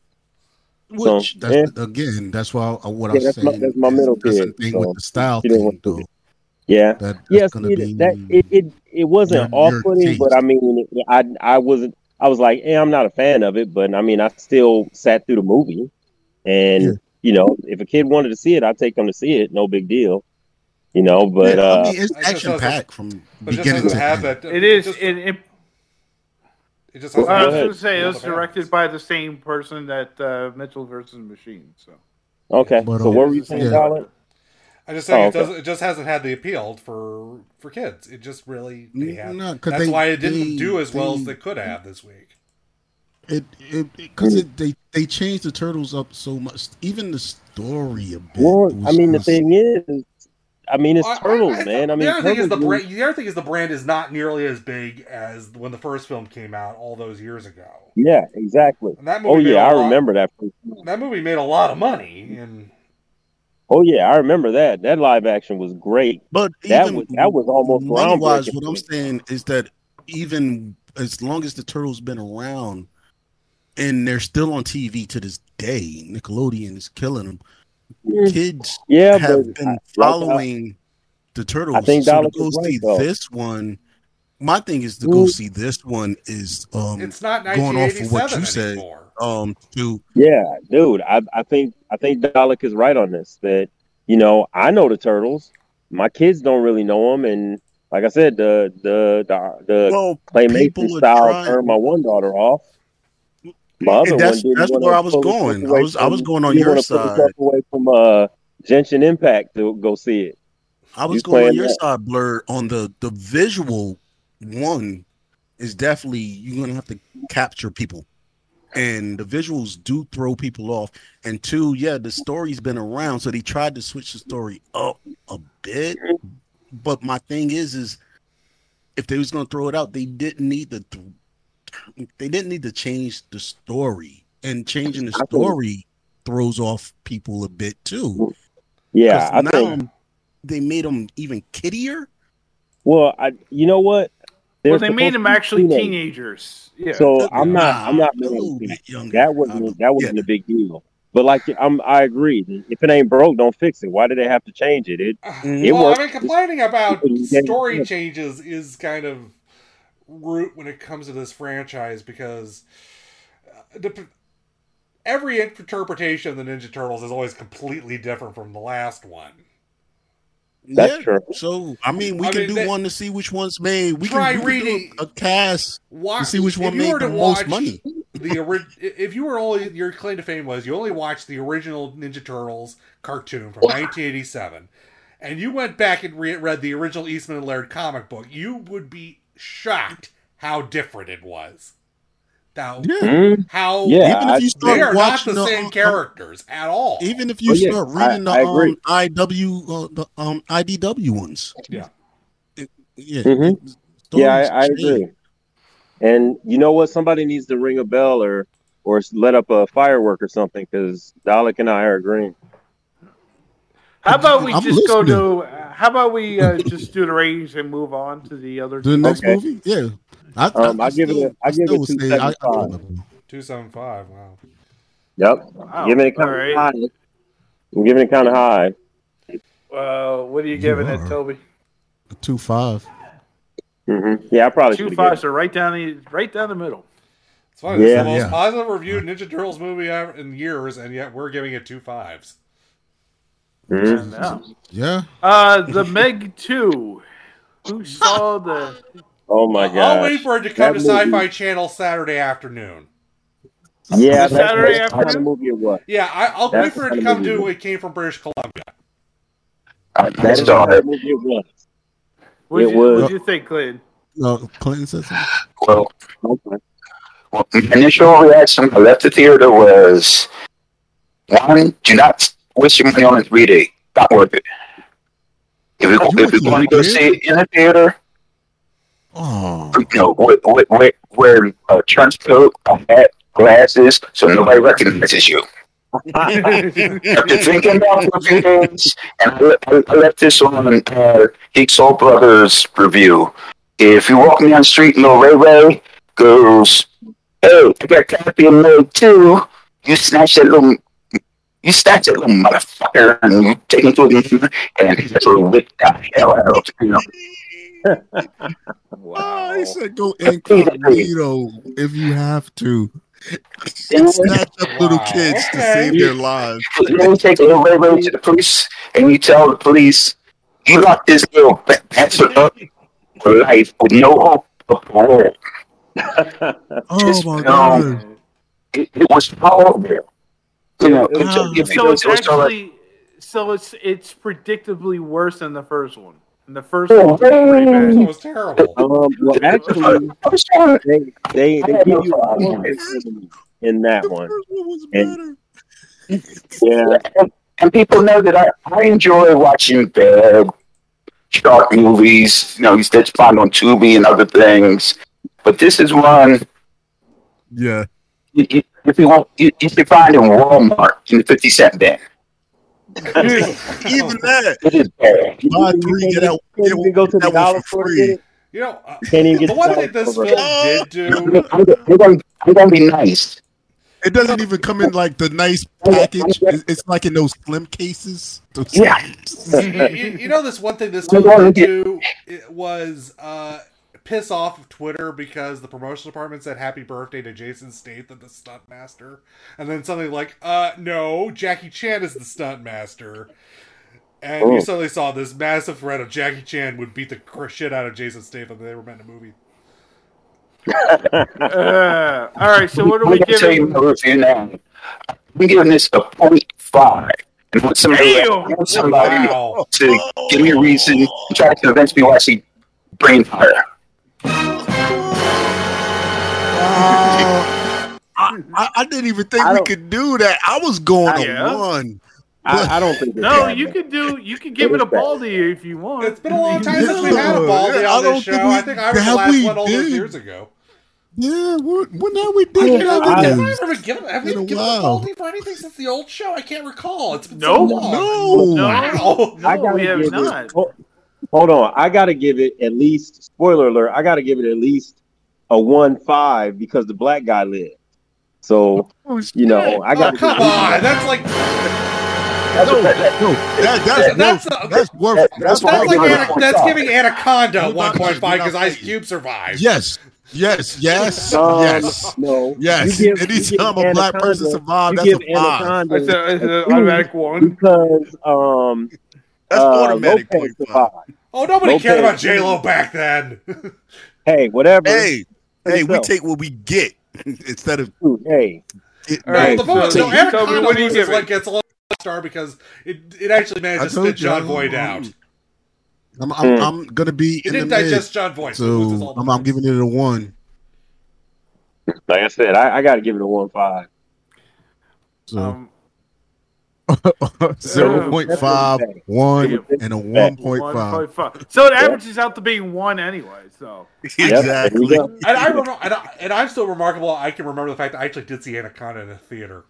S6: so,
S7: Which that's,
S6: yeah.
S7: again, that's why I, what
S6: Yeah,
S7: I'm
S6: that's my-
S7: saying.
S6: that's my
S7: is
S6: middle
S7: that's the
S6: kid,
S7: thing
S6: so
S7: with the style
S6: she didn't
S7: thing, though.
S6: Yeah.
S7: That, that's
S6: yes,
S7: gonna
S6: it,
S7: be
S6: that it, it it wasn't
S7: your- your
S6: off putting, but I mean, it- I I wasn't. I was like, eh, I'm not a fan of it, but I mean, I still sat through the movie, and you know, if a kid wanted to see it, I'd take them to see it. No big deal, you know. But
S7: Yeah,
S6: uh,
S7: I mean, it's action packed from beginning to end.
S2: It is. It, it,
S1: it just
S2: I was
S1: has to-
S2: going to say it
S1: Build
S2: was
S1: the
S2: directed by the same person that uh, Mitchell versus Machine. So
S6: okay,
S7: But,
S6: so
S7: um,
S6: what were you saying,
S7: yeah.
S6: Colin?
S1: I just saying
S6: Oh,
S1: it,
S6: okay.
S1: doesn't, it just hasn't had the appeal for for kids. It just really they have.
S7: no, 'cause
S1: that's
S7: they-
S1: why it didn't
S7: they-
S1: do as well as
S7: they-
S1: they could have this week.
S7: It it
S6: Mm.
S7: because it, they they changed the turtles up so much. Even the story a bit.
S6: Well, I
S7: was
S6: mean, the
S7: just-
S6: thing is, I mean, it's
S1: I- I-
S6: turtles,
S1: I-
S6: man. I mean,
S1: the other thing is the
S6: Turtles
S1: brand. The other thing is the brand is not nearly as big as when the first film came out all those years ago.
S6: Yeah, exactly.
S1: And that
S6: Oh
S1: movie made
S6: yeah,
S1: a
S6: I
S1: lot-
S6: remember that. first
S1: That movie made a lot of money, and
S6: Oh yeah, I remember that. That live action was great.
S7: But
S6: that
S7: even
S6: was that was almost
S7: money-wise,
S6: groundbreaking.
S7: What I'm saying is that even as long as the turtles been around, and they're still on TV to this day, Nickelodeon is killing them. Kids
S6: Mm. Yeah,
S7: have
S6: but
S7: been
S6: I- like I-
S7: following the turtles.
S6: I think
S7: so to
S6: Dallas
S7: go
S6: is right,
S7: see
S6: though. Mm.
S7: this one. My thing is to
S6: Well-
S7: go see this one is um
S1: It's not
S7: going off of what you
S1: 1987
S7: said. Um, to
S6: Yeah, dude, I, I think I think Dalek is right on this. That you know, I know the turtles. My kids don't really know them, and like I said, the the the, the
S7: Well,
S6: claymation
S7: people are
S6: style
S7: trying-
S6: turned my one daughter off. My other
S7: And
S6: one
S7: that's-
S6: didn't
S7: that's
S6: wanna
S7: where I was
S6: pull herself
S7: going. I
S6: away
S7: was- I was
S6: from-
S7: going on
S6: didn't
S7: your
S6: wanna pull herself
S7: side.
S6: away from uh, Genshin Impact to go see it.
S7: I was
S6: You
S7: going on
S6: playing
S7: your
S6: that.
S7: side, Blur. On the the visual one is definitely you're gonna have to capture people, and the visuals do throw people off. And two, yeah, the story's been around, so they tried to switch the story up a bit. But my thing is, is if they was gonna throw it out, they didn't need to. th- They didn't need to change the story, and changing the
S6: I think-
S7: story throws off people a bit too.
S6: Yeah,
S7: 'Cause
S6: I
S7: now
S6: think.
S7: they made them even kiddier.
S6: Well, I you know what? They're
S2: well, they made
S6: supposed
S2: them
S6: to be
S2: actually
S6: teenagers.
S2: teenagers. Yeah.
S6: So I'm not. I'm not. mad at
S7: little
S6: you.
S7: bit younger.
S6: That wasn't. That wasn't a big deal. But like, I'm. I agree. If it ain't broke, don't fix it. Why did they have to change it? It. It
S1: well,
S6: worked.
S1: I mean, complaining about
S6: Yeah.
S1: story changes is kind of root when it comes to this franchise because uh, dep- every interpretation of the Ninja Turtles is always completely different from the last one.
S6: That's true.
S7: So I mean, we
S1: I
S7: can
S1: mean,
S7: do
S1: that-
S7: one to see which one's made. We
S1: Try
S7: can, we can do
S1: reading-
S7: a, a cast
S1: Why,
S7: to see which
S1: if
S7: one
S1: you were
S7: made the
S1: to
S7: most
S1: watch
S7: money.
S1: the ori- if you were only your claim to fame was you only watched the original Ninja Turtles cartoon from 1987, and you went back and re- read the original Eastman and Laird comic book, you would be shocked how different it was. Now,
S6: Yeah.
S1: how
S6: Mm-hmm. Yeah, Even if you I- start
S1: they are not
S7: watching
S1: the
S7: the- uh,
S1: same characters at all.
S7: Even if you
S6: Oh, yeah,
S7: start
S6: I-
S7: reading
S6: I
S7: the
S6: agree.
S7: um, IW, uh, the um, IDW ones,
S1: yeah,
S7: yeah,
S6: Mhm.
S7: it-
S6: Yeah,
S7: stories
S6: I, I
S7: change.
S6: agree. And you know what? Somebody needs to ring a bell or or let up a firework or something because Dalek and I are agreeing.
S2: How about we
S6: I'm
S2: just go
S6: listening.
S2: to? uh, How about we uh, just do the ratings and move on to the other?
S7: The next
S2: Okay.
S7: movie, yeah. I,
S6: Um, I give it a- I give it
S7: still
S6: two
S7: say I- I
S6: seventy-five.
S7: give it
S1: two seven five. Wow.
S6: Yep.
S2: Wow.
S6: Giving it kind
S2: Oh, All
S6: of
S2: right.
S6: high. I'm giving it kind of high.
S2: Uh, what are you giving it,
S7: are.
S2: Toby?
S7: a two five.
S6: Mm-hmm. Yeah, I probably
S2: Two
S6: should.
S2: fives are right down the right down the middle.
S1: It's funny. This
S6: Yeah.
S1: is the most
S6: Yeah.
S1: positive reviewed Ninja Turtles movie ever- in years, and yet we're giving it two fives.
S2: Yeah.
S7: Yeah.
S2: Uh, the Meg Two. Who saw the?
S6: Oh my god!
S1: I'll wait for it to come to Sci-Fi Channel Saturday afternoon.
S6: Yeah,
S1: Is it
S6: that's
S1: Saturday
S6: that's kind of
S1: afternoon?
S6: movie it was.
S1: Yeah, I, I'll
S6: That's
S1: wait for it to
S6: the kind of
S1: come to
S6: movie.
S1: it came from British Columbia.
S6: That is the kind of movie it was.
S2: What'd
S10: It
S2: you,
S10: was-
S2: What'd you think, Clayton?
S7: No, Clinton says
S6: Well, well, my initial reaction when I left the theater was one, do not waste your money on a 3D. Not worth it. If you're, if you're going to go see it in a theater,
S7: Oh.
S6: you know, wear, wear- wear, wear a uh, trench coat, a hat, glasses, so nobody recognizes you. After thinking about it for a few days, and I, le- I- I left this on uh, Geek Soul Brothers review. If you walk me down the street and little Ray Ray goes, "Hey, I got copy of Meg too," you snatch that little, you snatch that little motherfucker, and you take him to a game, and he just whip the hell out of you.
S7: Oh, he said go incognito if you have to. Snatch up little kids to save their lives.
S6: You know, you take little Ray Ray to the police, and you tell the police, "You locked this little ba- bastard up for life with no hope of parole."
S7: Oh my god!
S6: It, it was horrible. You know, Kentucky, if you
S2: So
S6: go
S2: it's
S6: to a store like-
S2: actually, so it's it's predictably worse than the first one. And the first
S10: Oh,
S2: one was pretty bad.
S10: hey.
S2: was terrible.
S10: Um, well, actually, they,
S6: they,
S10: they give you a warning in that one.
S7: And,
S10: yeah,
S6: and, and people know that I, I enjoy watching bad shark movies. You know, you that's find on Tubi and other things. But this is one.
S7: Yeah.
S6: You, you, if you want, you, you should find in Walmart in the fifty cent bin.
S7: Even that.
S6: It is bad.
S7: Buy three, get out. Get one, go to the dollar for free.
S1: You know, uh,
S10: Can't even get
S1: the
S10: the
S1: one
S10: dollar
S1: thing this
S10: for
S1: film
S10: it.
S1: did do
S6: I'm, gonna, I'm gonna be nice.
S7: It doesn't even come in like the nice package. It's it's like in those slim cases. Those-
S6: Yeah.
S1: you, you know this one thing this
S7: I'm gonna
S1: film did
S7: get-
S1: do it was uh, piss off of Twitter because the promotion department said happy birthday to Jason Statham, the stunt master, and then suddenly like, uh, no, Jackie Chan is the stunt master, and
S10: Oh.
S1: you suddenly saw this massive threat of Jackie Chan would beat the cr- shit out of Jason Statham. They were meant in a movie.
S2: Uh, all right, so what are
S6: I'm
S2: we
S6: gonna tell you
S2: giving?
S6: my review now. I'm giving this a point five. And I want somebody, I want somebody to give me a reason and try to convince me why she brain fire.
S7: I, I, I didn't even think we could do that. I was going to
S2: Yeah.
S7: one.
S10: I, I don't think.
S2: No, Oh, you could do. You could give it a baldy if you want. It's
S1: been a long time since we had a Baldy
S7: Yeah, I
S1: on
S7: don't
S1: this show.
S7: think we-
S1: I think I was the
S7: have
S1: last
S7: we
S1: one all those
S7: did.
S1: years ago.
S7: Yeah, we're, when now
S1: I
S7: we did
S1: can't- I
S7: that.
S1: can't
S7: with
S1: remember given- have we
S7: Been a
S1: given
S7: while.
S1: a Baldy for anything since the old show? I can't recall. It's been
S2: No.
S1: so long.
S7: No.
S2: No.
S1: Wow.
S2: No, we have
S10: give it-
S2: not.
S10: ho- Hold on, I gotta give it at least. Spoiler alert! I gotta give it at least a one five because the black guy lived. So you know, I got.
S1: Oh, come on, that's like
S6: that's
S7: no, that,
S1: that's,
S7: that's, no, that's worth. That's,
S1: that's, like
S7: worth-
S1: Ana- that's giving Anaconda 1.5 because Ice Cube survived.
S7: Yes, yes, yes,
S10: No,
S7: yes.
S10: No,
S7: Yes.
S10: You give- you
S7: Anytime
S10: give
S7: a black
S10: Anaconda-
S7: person survives,
S10: you
S7: that's a
S10: give
S7: five.
S10: Anaconda a two
S2: one
S10: because um, that's automatic
S1: Oh, nobody
S10: Okay.
S1: cared about J Lo back then.
S10: Hey, whatever.
S7: Hey, hey, we
S10: Yourself.
S7: take what we get instead of
S10: hey.
S7: Get,
S1: No, the moment, no, Anaconda
S2: what do you
S1: loses
S2: give it?
S1: like gets a little star because it it actually
S7: I
S1: managed to
S7: told
S1: spit
S7: you,
S1: John
S7: I'm-
S1: Voight
S7: I'm-
S1: out.
S7: I'm,
S10: Mm.
S7: I'm, I'm gonna be
S1: It
S7: in the
S1: didn't digest
S7: mid.
S1: John Voight. It was
S7: So
S1: all-
S7: I'm, I'm giving it a one.
S10: Like I said, I, I got to give it a one five.
S7: So
S2: Um, Oh,
S7: zero point five, one, and a one point five.
S2: 1.5. So it averages out to being one anyway. So
S7: Exactly.
S1: And I remember, and, I, and I'm still remarkable. I can remember the fact that I actually did see Anaconda in the theater.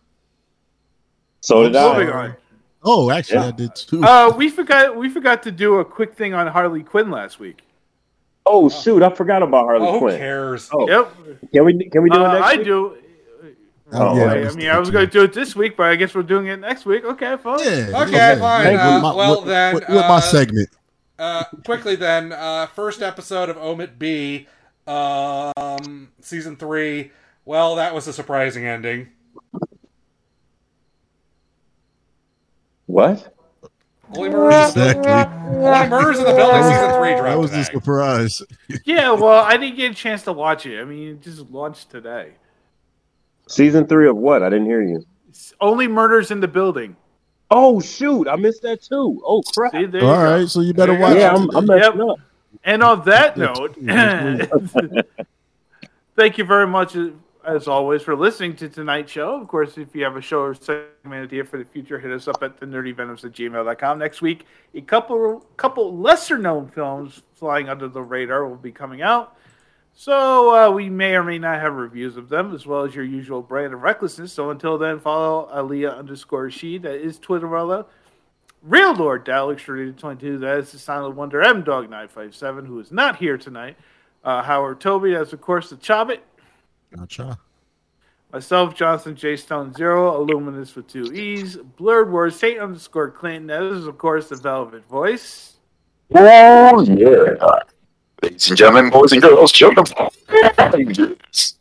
S10: So did
S2: moving
S10: I.
S2: on.
S7: Oh, actually, I did too.
S2: Uh, we forgot we forgot to do a quick thing on Harley Quinn last week.
S10: Oh shoot, I forgot about Harley
S2: Oh, who
S10: Quinn.
S1: cares?
S10: Oh,
S2: Yep.
S10: Can we can we do
S2: Uh,
S10: it next
S2: I
S10: week?
S2: do.
S7: Oh,
S2: I, I
S7: yeah,
S2: mean, I was going to do it this week, but I guess we're doing it next week. Okay, fine.
S1: Okay, fine.
S7: With
S1: Uh,
S7: my-
S1: well
S7: with-
S1: then,
S7: with, with my
S1: uh,
S7: segment.
S1: Uh, quickly then, uh, first episode of Omit B, um, season three. Well, that was a surprising ending.
S10: What?
S1: Only Murs,
S7: Exactly.
S1: only Murs in the building. Season three
S7: That
S1: dropped
S7: was a
S1: today.
S7: surprise.
S2: Yeah, well, I didn't get a chance to watch it. I mean, it just launched today.
S10: Season three of what? I didn't hear you.
S2: It's only murders in the building.
S10: Oh shoot, I missed that too. Oh crap.
S2: See, there
S7: All right, so you better watch.
S10: yeah,
S7: it
S10: I'm,
S7: today.
S10: I'm messing up.
S2: And on that note, thank you very much, as always, for listening to tonight's show. Of course, if you have a show or segment idea for the future, hit us up at the nerdvenoms at gmail.com. Next week, a couple couple lesser known films flying under the radar will be coming out. So uh, we may or may not have reviews of them, as well as your usual brand of recklessness. So until then, follow Aliyah underscore she. That is Twitterella. Real Lord Dalek Rated 22. That is the Silent Wonder M Dog 957, who is not here tonight. Uh, Howard Toby. That's, of course, the Chobbit.
S10: Gotcha.
S2: Myself, Johnson J. Stone Zero, Illuminous with two E's, Blurred Words, Saint underscore Clinton. That is, of course, the Velvet Voice.
S6: Oh, yeah. Ladies and gentlemen, boys and girls, children, just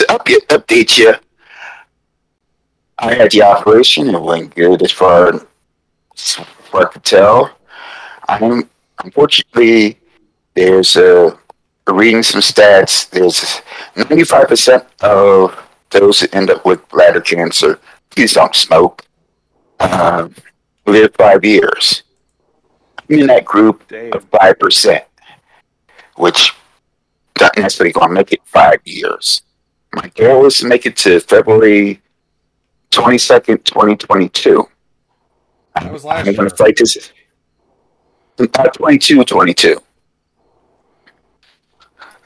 S6: to up you, update you, I had the operation. It went good as far as I could tell. I'm unfortunately there's a reading some stats. There's 95 percent of those that end up with bladder cancer. Please don't smoke. Um, live five years. I'm in that group of five percent which not necessarily going to make it five years. My goal is to make it to February 22nd, 2022.
S1: That was last
S6: I'm going
S1: year.
S6: to fight this. Uh, 22, 22.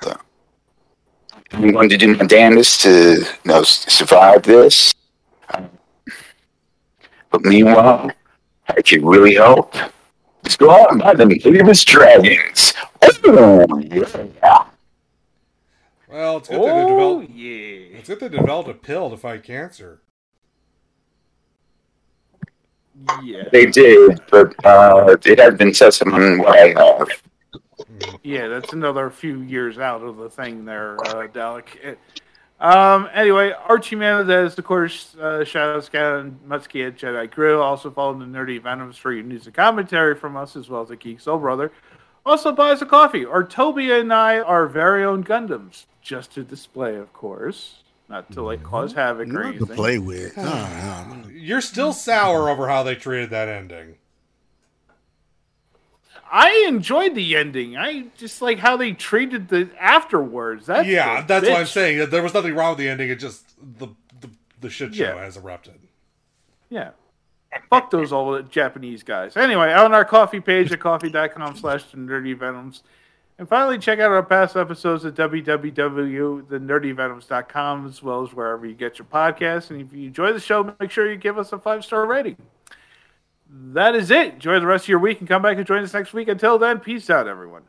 S6: So, I'm going to do my damnedest to you know, s- survive this. Um, But meanwhile, I could really help. Let's go out and buy them Davis Dragons. Oh, yeah.
S1: Well, it's good that
S10: Oh.
S1: they developed. Yeah. It's good they developed a pill to fight cancer.
S2: Yeah.
S6: They did, but uh, it has been tested on what I have.
S2: Yeah, that's another few years out of the thing there, uh, Dalek. Um, anyway, Archie Man, that is, of course, uh, Shadow Scout and Mutsky at Jedi Crew. Also follow the Nerdy Venoms for your news and commentary from us, as well as the Geek Soul Brother. Also buy us a coffee, or Toby and I, our very own Gundams, just to display, of course. Not to like cause havoc or anything.
S10: play with.
S1: You're still sour over how they treated that ending.
S2: I enjoyed the ending. I just like how they treated the afterwards. That's
S1: yeah,
S2: a
S1: that's what I'm
S2: bitch.
S1: saying. that There was nothing wrong with the ending. It just the the, the shit show has erupted.
S2: Yeah. Fuck those old Japanese guys. Anyway, on our coffee page at coffee.com slash the nerdy venoms. And finally, check out our past episodes at www.thenerdyvenoms.com as well as wherever you get your podcasts. And if you enjoy the show, make sure you give us a five star rating. That is it. Enjoy the rest of your week and come back and join us next week. Until then, peace out, everyone.